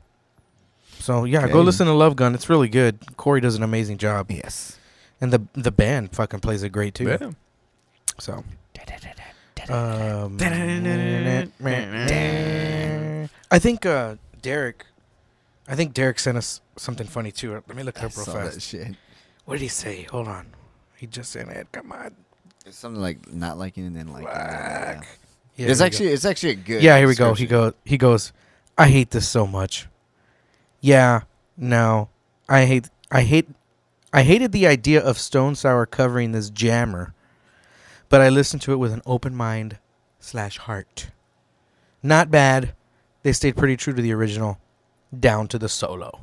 Speaker 1: so yeah go
Speaker 3: Dang.
Speaker 1: listen to love gun it's really good corey does an amazing job
Speaker 3: Yes.
Speaker 1: and the the band fucking plays it great too
Speaker 2: Yeah.
Speaker 1: So. Um, I think uh, Derek. I think Derek sent us something funny too. Let me look it
Speaker 3: I
Speaker 1: up real
Speaker 3: saw that
Speaker 1: fast.
Speaker 3: shit.
Speaker 1: What did he say? Hold on. He just sent it. Come on.
Speaker 3: It's something like not liking and then liking.
Speaker 1: Fuck.
Speaker 3: It's
Speaker 1: Yeah, here we go.
Speaker 3: actually it's actually a good.
Speaker 1: Yeah, here we go. He
Speaker 3: description.
Speaker 1: goes. He goes. I hate this so much. Yeah. No. I hate. I hate. I hated the idea of Stone Sour covering this jammer, but I listened to it with an open mind slash heart. Not bad. They stayed pretty true to the original, down to the solo.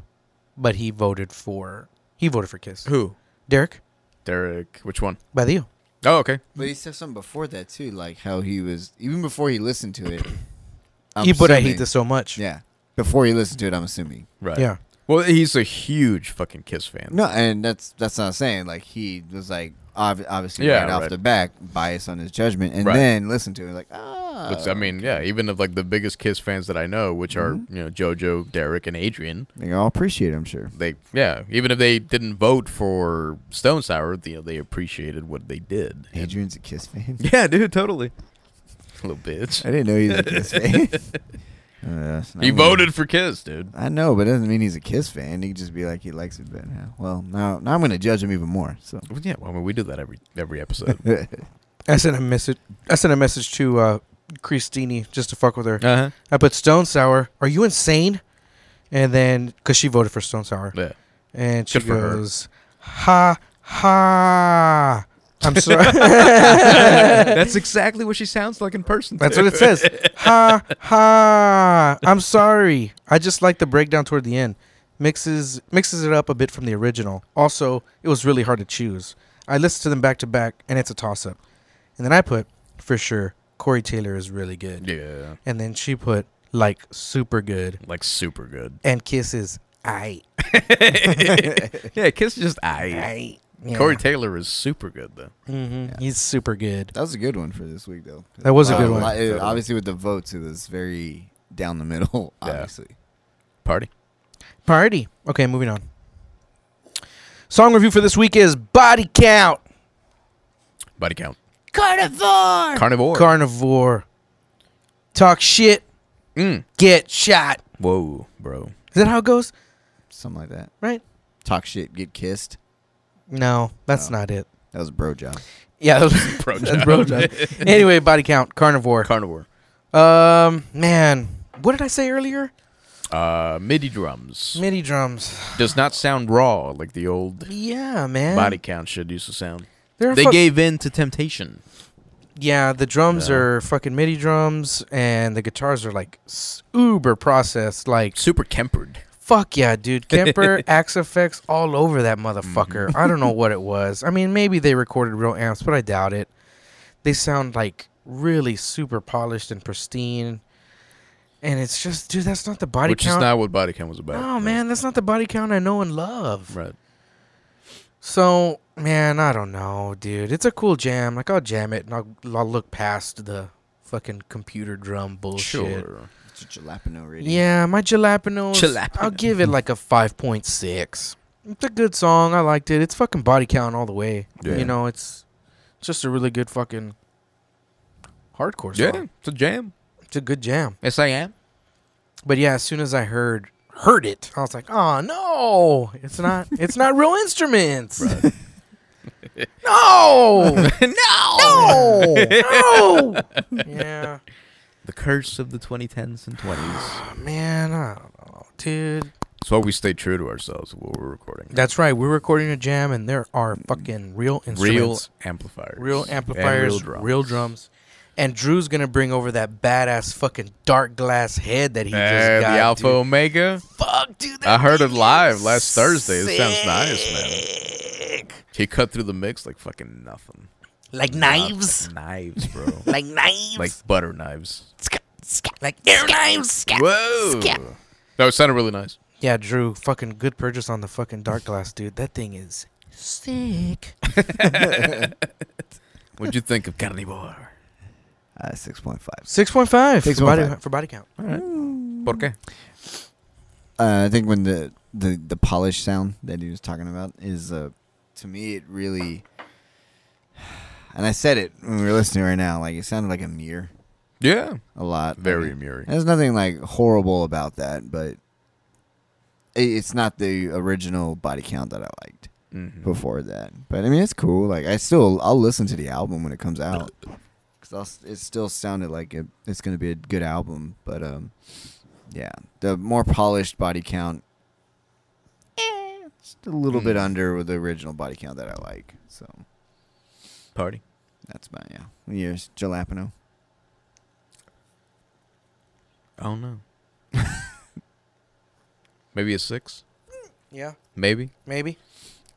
Speaker 1: But he voted for he voted for Kiss.
Speaker 2: Who?
Speaker 1: Derek
Speaker 2: Derek. Which one?
Speaker 1: Badillo.
Speaker 2: Oh, okay.
Speaker 3: But he said something before that too, like how he was even before he listened to it. I'm
Speaker 1: He but I hate
Speaker 3: assuming-
Speaker 1: this so much.
Speaker 3: Yeah, before he listened to it, I'm assuming.
Speaker 2: Right.
Speaker 1: Yeah.
Speaker 2: Well, he's a huge fucking Kiss fan.
Speaker 3: No, and that's that's not saying like he was like ob- obviously
Speaker 2: Yeah,
Speaker 3: right,
Speaker 2: right.
Speaker 3: off the back bias on his judgment, and
Speaker 2: Right.
Speaker 3: then listened to it like ah.
Speaker 2: Which, I mean, yeah, even of like the biggest Kiss fans that I know, which are you know JoJo, Derek, and Adrian.
Speaker 3: they all appreciate. it, I'm sure.
Speaker 2: They yeah, even if they didn't vote for Stone Sour, you know, they appreciated what they did. And-
Speaker 3: Adrian's a Kiss fan.
Speaker 2: Yeah, dude, totally. *laughs* Little *laughs* bitch.
Speaker 3: I didn't know he was a Kiss fan. Uh, that's not
Speaker 2: He
Speaker 3: what-
Speaker 2: voted for Kiss, dude.
Speaker 3: I know, but it doesn't mean he's a Kiss fan. He could just be like he likes it better now. Well, now now I'm gonna judge him even more. So *laughs*
Speaker 2: Well, yeah, well, I mean, we do that every every *laughs* episode.
Speaker 1: I sent a message. I sent a message to uh, Christini just to fuck with her.
Speaker 2: uh huh.
Speaker 1: I put Stone Sour. Are you insane? And then, cause she voted for Stone Sour,
Speaker 2: Yeah.
Speaker 1: and she
Speaker 2: Good for her.
Speaker 1: goes, "Ha ha! I'm sorry.
Speaker 2: *laughs*
Speaker 1: *laughs*
Speaker 2: That's exactly what she sounds like in person.
Speaker 1: That's what it says. Ha ha. I'm sorry. I just like the breakdown toward the end. Mixes mixes it up a bit from the original. Also, it was really hard to choose. I listened to them back to back and it's a toss up. And then I put, for sure, Corey Taylor is really good.
Speaker 2: Yeah,
Speaker 1: And then she put like super good.
Speaker 2: like super good.
Speaker 1: And kisses I
Speaker 2: *laughs* Yeah, Kiss is just I.
Speaker 1: I yeah.
Speaker 2: Corey Taylor is super good though.
Speaker 1: Mhm. He's super good.
Speaker 3: That was a good one for this week, though.
Speaker 1: That was a
Speaker 3: Uh,
Speaker 1: good one.
Speaker 3: li- it- obviously, with the votes, it was very down the middle. *laughs*
Speaker 2: Yeah.
Speaker 3: Obviously,
Speaker 2: Party.
Speaker 1: Party. Okay, moving on. Song review for this week is Body Count.
Speaker 2: Body count.
Speaker 4: Carnivore!
Speaker 2: Carnivore.
Speaker 1: Carnivore. Talk shit.
Speaker 2: Mm.
Speaker 1: Get shot.
Speaker 2: Whoa, bro.
Speaker 1: Is that how it goes?
Speaker 3: something like that.
Speaker 1: Right?
Speaker 3: Talk shit, get kissed.
Speaker 1: No, that's
Speaker 3: No.
Speaker 1: not it.
Speaker 3: That was a bro job.
Speaker 1: Yeah, *laughs* that
Speaker 2: *laughs*
Speaker 1: was-
Speaker 2: Bro *laughs*
Speaker 1: that's bro job. anyway, body count. Carnivore.
Speaker 2: Carnivore.
Speaker 1: Um, man, what did I say earlier?
Speaker 2: Uh, MIDI drums.
Speaker 1: MIDI drums.
Speaker 2: Does not sound raw like the old
Speaker 1: Yeah, man.
Speaker 2: body count should used to sound.
Speaker 1: They're
Speaker 2: They
Speaker 1: fuck-
Speaker 2: gave in to temptation.
Speaker 1: Yeah, the drums
Speaker 2: Yeah.
Speaker 1: are fucking MIDI drums, and the guitars are like s- uber processed. Like
Speaker 2: Super tempered.
Speaker 1: Fuck
Speaker 2: *laughs*
Speaker 1: yeah, dude. Kemper, Axe Effects, all over that motherfucker.
Speaker 2: Mm-hmm.
Speaker 1: I don't know what it was. I mean, maybe they recorded real amps, but I doubt it. They sound like really super polished and pristine. And it's just, dude, that's not the body
Speaker 2: Which
Speaker 1: count.
Speaker 2: is not what body count was about.
Speaker 1: oh, man, that's not the body count I know and love.
Speaker 2: Right.
Speaker 1: So, man, I don't know, dude. It's a cool jam. Like, I'll jam it and I'll, I'll look past the fucking computer drum bullshit.
Speaker 2: Sure.
Speaker 3: It's a jalapeno radio.
Speaker 1: Yeah, my jalapenos. I'll
Speaker 2: Jalapeno.
Speaker 1: give it like a five point six. It's a good song. I liked it. It's fucking body count all the way.
Speaker 2: Yeah.
Speaker 1: You know, it's it's just a really good fucking hardcore song.
Speaker 2: Yeah, it's a jam.
Speaker 1: It's a good jam.
Speaker 2: Yes, I am.
Speaker 1: But yeah, as soon as I heard heard it, I was like, oh no, it's not *laughs* it's not real instruments. *laughs* no,
Speaker 2: *laughs* no!
Speaker 1: no, no. *laughs* Yeah, Oh,
Speaker 2: The curse of the 2010s and 20s.
Speaker 1: man, I don't know, dude.
Speaker 2: So we stay true to ourselves while we're recording.
Speaker 1: That's right. We're recording a jam, and there are fucking real
Speaker 2: Real
Speaker 1: instruments,
Speaker 2: amplifiers.
Speaker 1: real
Speaker 2: And
Speaker 1: amplifiers, real drums. And Drew's gonna bring over that badass fucking dark glass head that he
Speaker 2: Eh,
Speaker 1: just got.
Speaker 2: the Alpha
Speaker 1: dude.
Speaker 2: Omega.
Speaker 1: Fuck, dude.
Speaker 2: I
Speaker 1: That
Speaker 2: heard it
Speaker 1: thing
Speaker 2: live
Speaker 1: is
Speaker 2: last Thursday. It sounds nice, man.
Speaker 1: sick.
Speaker 2: He cut through the mix like fucking nothing.
Speaker 4: Like
Speaker 2: Nothing.
Speaker 4: knives?
Speaker 2: Knives, bro.
Speaker 4: Like knives?
Speaker 2: like butter knives.
Speaker 4: Scat, scat, like air knives? Scat,
Speaker 2: Whoa.
Speaker 4: Scat.
Speaker 2: No, it sounded really nice.
Speaker 1: Yeah, Drew, fucking good purchase on the fucking dark glass, dude. That thing is sick.
Speaker 2: What'd you think of Carnivore?
Speaker 3: Uh, six point five.
Speaker 1: Six point five for
Speaker 3: 6.5.
Speaker 1: body for body count.
Speaker 4: Hmm.
Speaker 2: Por qué?
Speaker 3: Uh, I think when the, the the polish sound that he was talking about is uh, to me it really, *sighs* and I said it when we were listening right now. Like it sounded like a mirror
Speaker 2: Yeah.
Speaker 3: a lot.
Speaker 2: Very
Speaker 3: Like,
Speaker 2: Muri.
Speaker 3: There's nothing like horrible about that, but i it's not the original body count that I liked
Speaker 2: Mm-hmm.
Speaker 3: before that. But I mean, it's cool. Like I still I'll listen to the album when it comes out
Speaker 2: Uh,
Speaker 3: because it still sounded like it, it's going to be a good album. But um, yeah, the more polished body count, eh, it's a little bit
Speaker 2: Hmm.
Speaker 3: under with the original body count that I like. So
Speaker 2: Party.
Speaker 3: that's my yeah. Yours, Jalapeno.
Speaker 2: Oh no. *laughs* Maybe a six.
Speaker 1: Yeah,
Speaker 2: Maybe
Speaker 1: maybe.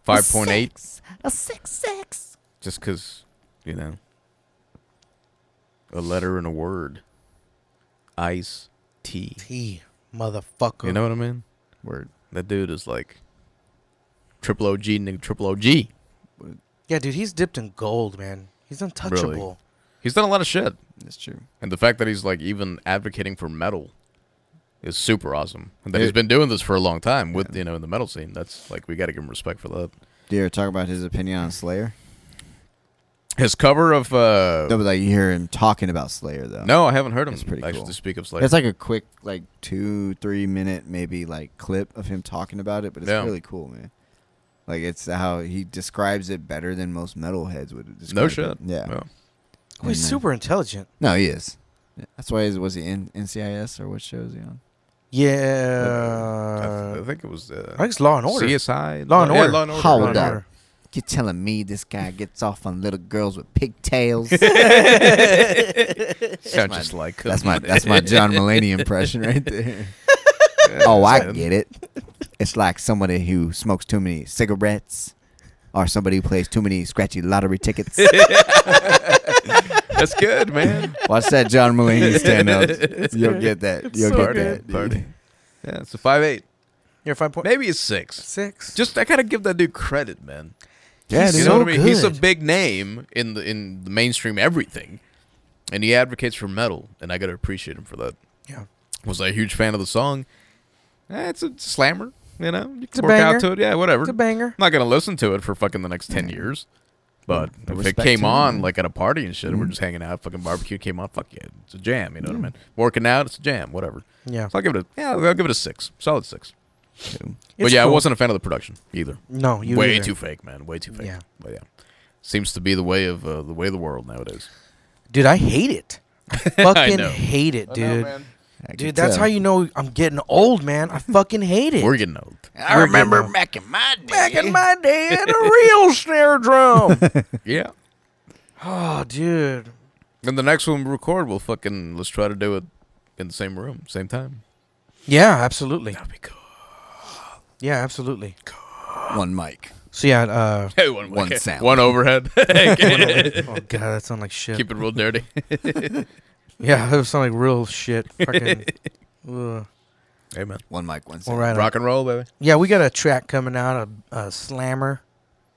Speaker 2: five point eight.
Speaker 4: Six, A six, six.
Speaker 2: Just because, you know, a letter and a word. Ice tea.
Speaker 1: T motherfucker.
Speaker 2: You know what I mean?
Speaker 3: Word.
Speaker 2: That dude is like triple OG, nigga, triple OG.
Speaker 1: Yeah, dude, he's dipped in gold, man. He's untouchable.
Speaker 2: He's done a lot of shit.
Speaker 3: That's true.
Speaker 2: And the fact that he's like even advocating for metal is super awesome. And that he's
Speaker 3: It-
Speaker 2: been doing this for a long time with, you know, in the metal scene. That's like, we got to give him respect for that.
Speaker 3: Do you ever talk about his opinion on Slayer?
Speaker 2: His cover of, uh,
Speaker 3: No, but like you hear him talking about Slayer though.
Speaker 2: no, I haven't heard him
Speaker 3: It's pretty
Speaker 2: actually
Speaker 3: cool.
Speaker 2: speak of Slayer.
Speaker 3: It's like a quick, like two, three minute, maybe like clip of him talking about it, but it's
Speaker 2: Yeah.
Speaker 3: really cool, man. Like it's how he describes it better than most metalheads would. Describe
Speaker 2: no
Speaker 3: it.
Speaker 2: shit.
Speaker 3: Yeah.
Speaker 2: No.
Speaker 1: Oh, he's
Speaker 3: And, uh,
Speaker 1: super intelligent.
Speaker 3: No, he is. Yeah. That's why. He's, was he in NCIS or what show is he on?
Speaker 2: I, th- I
Speaker 1: Yeah.
Speaker 2: think it was, uh,
Speaker 1: I think it's Law and Order.
Speaker 2: CSI.
Speaker 1: Law and
Speaker 2: yeah,
Speaker 1: Order.
Speaker 2: Law and Order.
Speaker 3: How
Speaker 1: Law
Speaker 3: would
Speaker 2: Law
Speaker 1: and
Speaker 2: and
Speaker 3: that-
Speaker 2: Order.
Speaker 1: Order.
Speaker 3: You're telling me this guy gets off on little girls with *laughs* pigtails?
Speaker 2: Sound
Speaker 3: my-
Speaker 2: just like
Speaker 3: that's my that's my John Mulaney
Speaker 1: *laughs*
Speaker 3: impression right there. oh, I get it. It's like somebody who smokes too many cigarettes, or somebody who plays too many scratchy lottery
Speaker 1: *laughs*
Speaker 3: tickets.
Speaker 2: *laughs* That's good, man.
Speaker 3: Watch that John Mulaney stand up. You'll get that. You'll
Speaker 1: so
Speaker 3: get
Speaker 1: good.
Speaker 3: that.
Speaker 2: Party. Yeah, it's a five eight.
Speaker 1: You're five point
Speaker 2: Maybe it's six.
Speaker 1: six.
Speaker 2: Just I gotta give that dude credit, man.
Speaker 3: Yeah,
Speaker 1: He's
Speaker 3: dude.
Speaker 2: you know
Speaker 1: so
Speaker 2: what I mean? He's a
Speaker 1: good.
Speaker 2: big name in the in the mainstream everything, and he advocates for metal, and I gotta appreciate him for that.
Speaker 1: yeah.
Speaker 2: Was I a huge fan of the song? Eh, it's a slammer, you know. You
Speaker 1: a
Speaker 2: can work
Speaker 1: banger.
Speaker 2: out to it, yeah, whatever.
Speaker 1: It's a
Speaker 2: I'm
Speaker 1: banger.
Speaker 2: not gonna listen to it for fucking the next ten years. But
Speaker 3: I
Speaker 2: if it
Speaker 3: respect
Speaker 2: came
Speaker 3: him,
Speaker 2: on
Speaker 3: man.
Speaker 2: like at a party and shit, and we're just hanging out, fucking barbecue came on, fuck yeah, it's a jam. You know what I mean? Working out, it's a jam, whatever.
Speaker 1: Yeah.
Speaker 2: So I'll give it a yeah, I'll give it a six, solid six. but
Speaker 1: It's
Speaker 2: yeah,
Speaker 1: cool.
Speaker 2: I wasn't a fan of the production either.
Speaker 1: No, you
Speaker 2: way
Speaker 1: either.
Speaker 2: too fake, man. Way too fake.
Speaker 1: Yeah.
Speaker 2: But yeah, seems to be the way of uh, the way of the world nowadays.
Speaker 1: dude. I
Speaker 2: *laughs*
Speaker 1: hate it. I fucking
Speaker 2: know.
Speaker 1: hate it, dude.
Speaker 3: I can
Speaker 1: Dude, that's
Speaker 3: tell.
Speaker 1: how you know I'm getting old, man. I fucking hate it.
Speaker 2: We're getting old. *laughs*
Speaker 3: I
Speaker 1: We're
Speaker 3: remember
Speaker 1: getting-
Speaker 3: back in my day.
Speaker 1: back in my day had a
Speaker 2: *laughs*
Speaker 1: real snare drum.
Speaker 2: Yeah.
Speaker 1: oh, dude.
Speaker 2: And the next one we record, we'll fucking let's try to do it in the same room, same time.
Speaker 1: Yeah, absolutely.
Speaker 2: That'd be cool.
Speaker 1: Yeah, absolutely.
Speaker 3: one mic.
Speaker 1: So
Speaker 2: *laughs*
Speaker 1: yeah, uh,
Speaker 2: Hey, one,
Speaker 3: One sound.
Speaker 2: one overhead. *laughs*
Speaker 1: oh god, that sounded like shit.
Speaker 2: Keep it real dirty.
Speaker 1: Yeah, *laughs* that sounded like
Speaker 2: *laughs*
Speaker 1: real shit. Fucking. ugh.
Speaker 2: hey man,
Speaker 3: One mic. One
Speaker 1: All
Speaker 3: sound.
Speaker 1: right. uh,
Speaker 2: rock and roll, baby.
Speaker 1: Yeah, we got a track coming out, a, a slammer.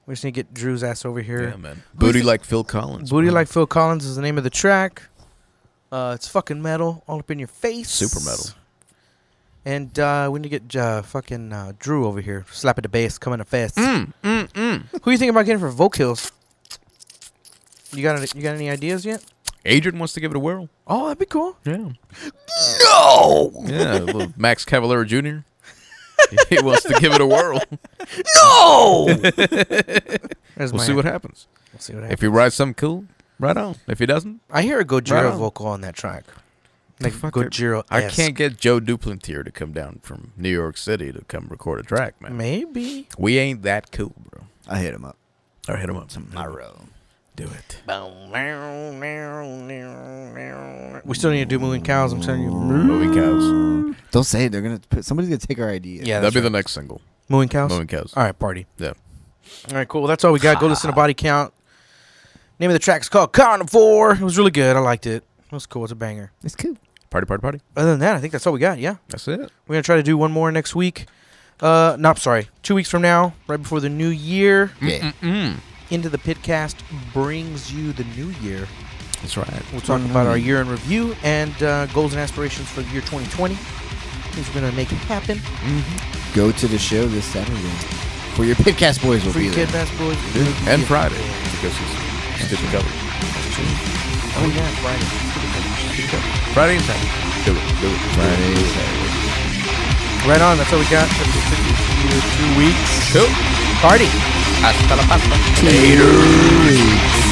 Speaker 1: We just need to get Drew's ass over here.
Speaker 2: Yeah, man. Booty like Phil Collins.
Speaker 1: Booty
Speaker 2: man.
Speaker 1: Like Phil Collins is the name of the track. Uh, it's fucking metal, all up in your face.
Speaker 2: Super metal.
Speaker 1: And uh, we need to get uh, fucking uh, Drew over here, slapping the bass, coming to fast.
Speaker 2: Mm, mm, mm.
Speaker 1: Who you think about getting for vocals? You got any, you got any ideas yet?
Speaker 2: Adrian wants to give it a whirl.
Speaker 1: Oh, that'd be cool.
Speaker 2: Yeah.
Speaker 3: No.
Speaker 2: Yeah. little *laughs* Max Cavalera Jr. he wants to give it a *laughs* whirl. *laughs*
Speaker 1: No. Oh! There's
Speaker 2: We'll
Speaker 1: my-
Speaker 2: see what happens.
Speaker 1: we'll see what
Speaker 2: If
Speaker 1: happens.
Speaker 2: he rides something cool, right on. If he doesn't,
Speaker 1: I hear a Gojira
Speaker 2: Right on.
Speaker 1: vocal on that track. Like
Speaker 2: fuck it.
Speaker 1: Gojira.
Speaker 2: I can't get Joe Duplantier to come down from New York City to come record a track, man.
Speaker 1: Maybe.
Speaker 2: We ain't that cool, bro.
Speaker 3: I hit him up
Speaker 2: Or hit him up
Speaker 3: tomorrow.
Speaker 1: Mm-hmm.
Speaker 2: Do it.
Speaker 1: We still need to do moving cows. I'm telling you.
Speaker 2: Moving cows.
Speaker 3: Don't say it. They're gonna. Put, somebody's gonna take our idea.
Speaker 1: Yeah,
Speaker 2: That'll
Speaker 1: that's
Speaker 2: be
Speaker 1: right.
Speaker 2: the next single.
Speaker 1: Moving cows.
Speaker 2: Moving cows.
Speaker 1: All right, party.
Speaker 2: Yeah.
Speaker 1: All right, cool. Well, that's all we got. Go listen to Body Count. Name of the track is called Carnivore. It was really good. I liked it. It was cool. It's a banger.
Speaker 3: It's cool.
Speaker 2: Party, party, party.
Speaker 1: Other than that, I think that's all we got. Yeah.
Speaker 2: That's it.
Speaker 1: We're going to try to do one more next week. Uh, no, I'm sorry. Two weeks from now, right before the new year,
Speaker 3: Yeah.
Speaker 1: Into the Pitcast brings you the new year.
Speaker 2: That's right.
Speaker 1: We'll talk about
Speaker 3: Mm-hmm.
Speaker 1: our year in review and uh, goals and aspirations for the year 2020. Things we're going to make it happen.
Speaker 2: Mm-hmm.
Speaker 3: Go to the show this Saturday. For your Pitcast boys will
Speaker 1: Free
Speaker 3: be there.
Speaker 1: Kid Bass Boys.
Speaker 2: And Friday. Because it's stitching covers.
Speaker 1: Oh, yeah, Friday.
Speaker 2: Friday and Saturday. Do it. Do it.
Speaker 3: Friday, Saturday.
Speaker 1: Right on. That's all we got. That's it. Two weeks.
Speaker 2: Cool.
Speaker 1: Party.
Speaker 2: Hasta la pasta.
Speaker 3: Taters.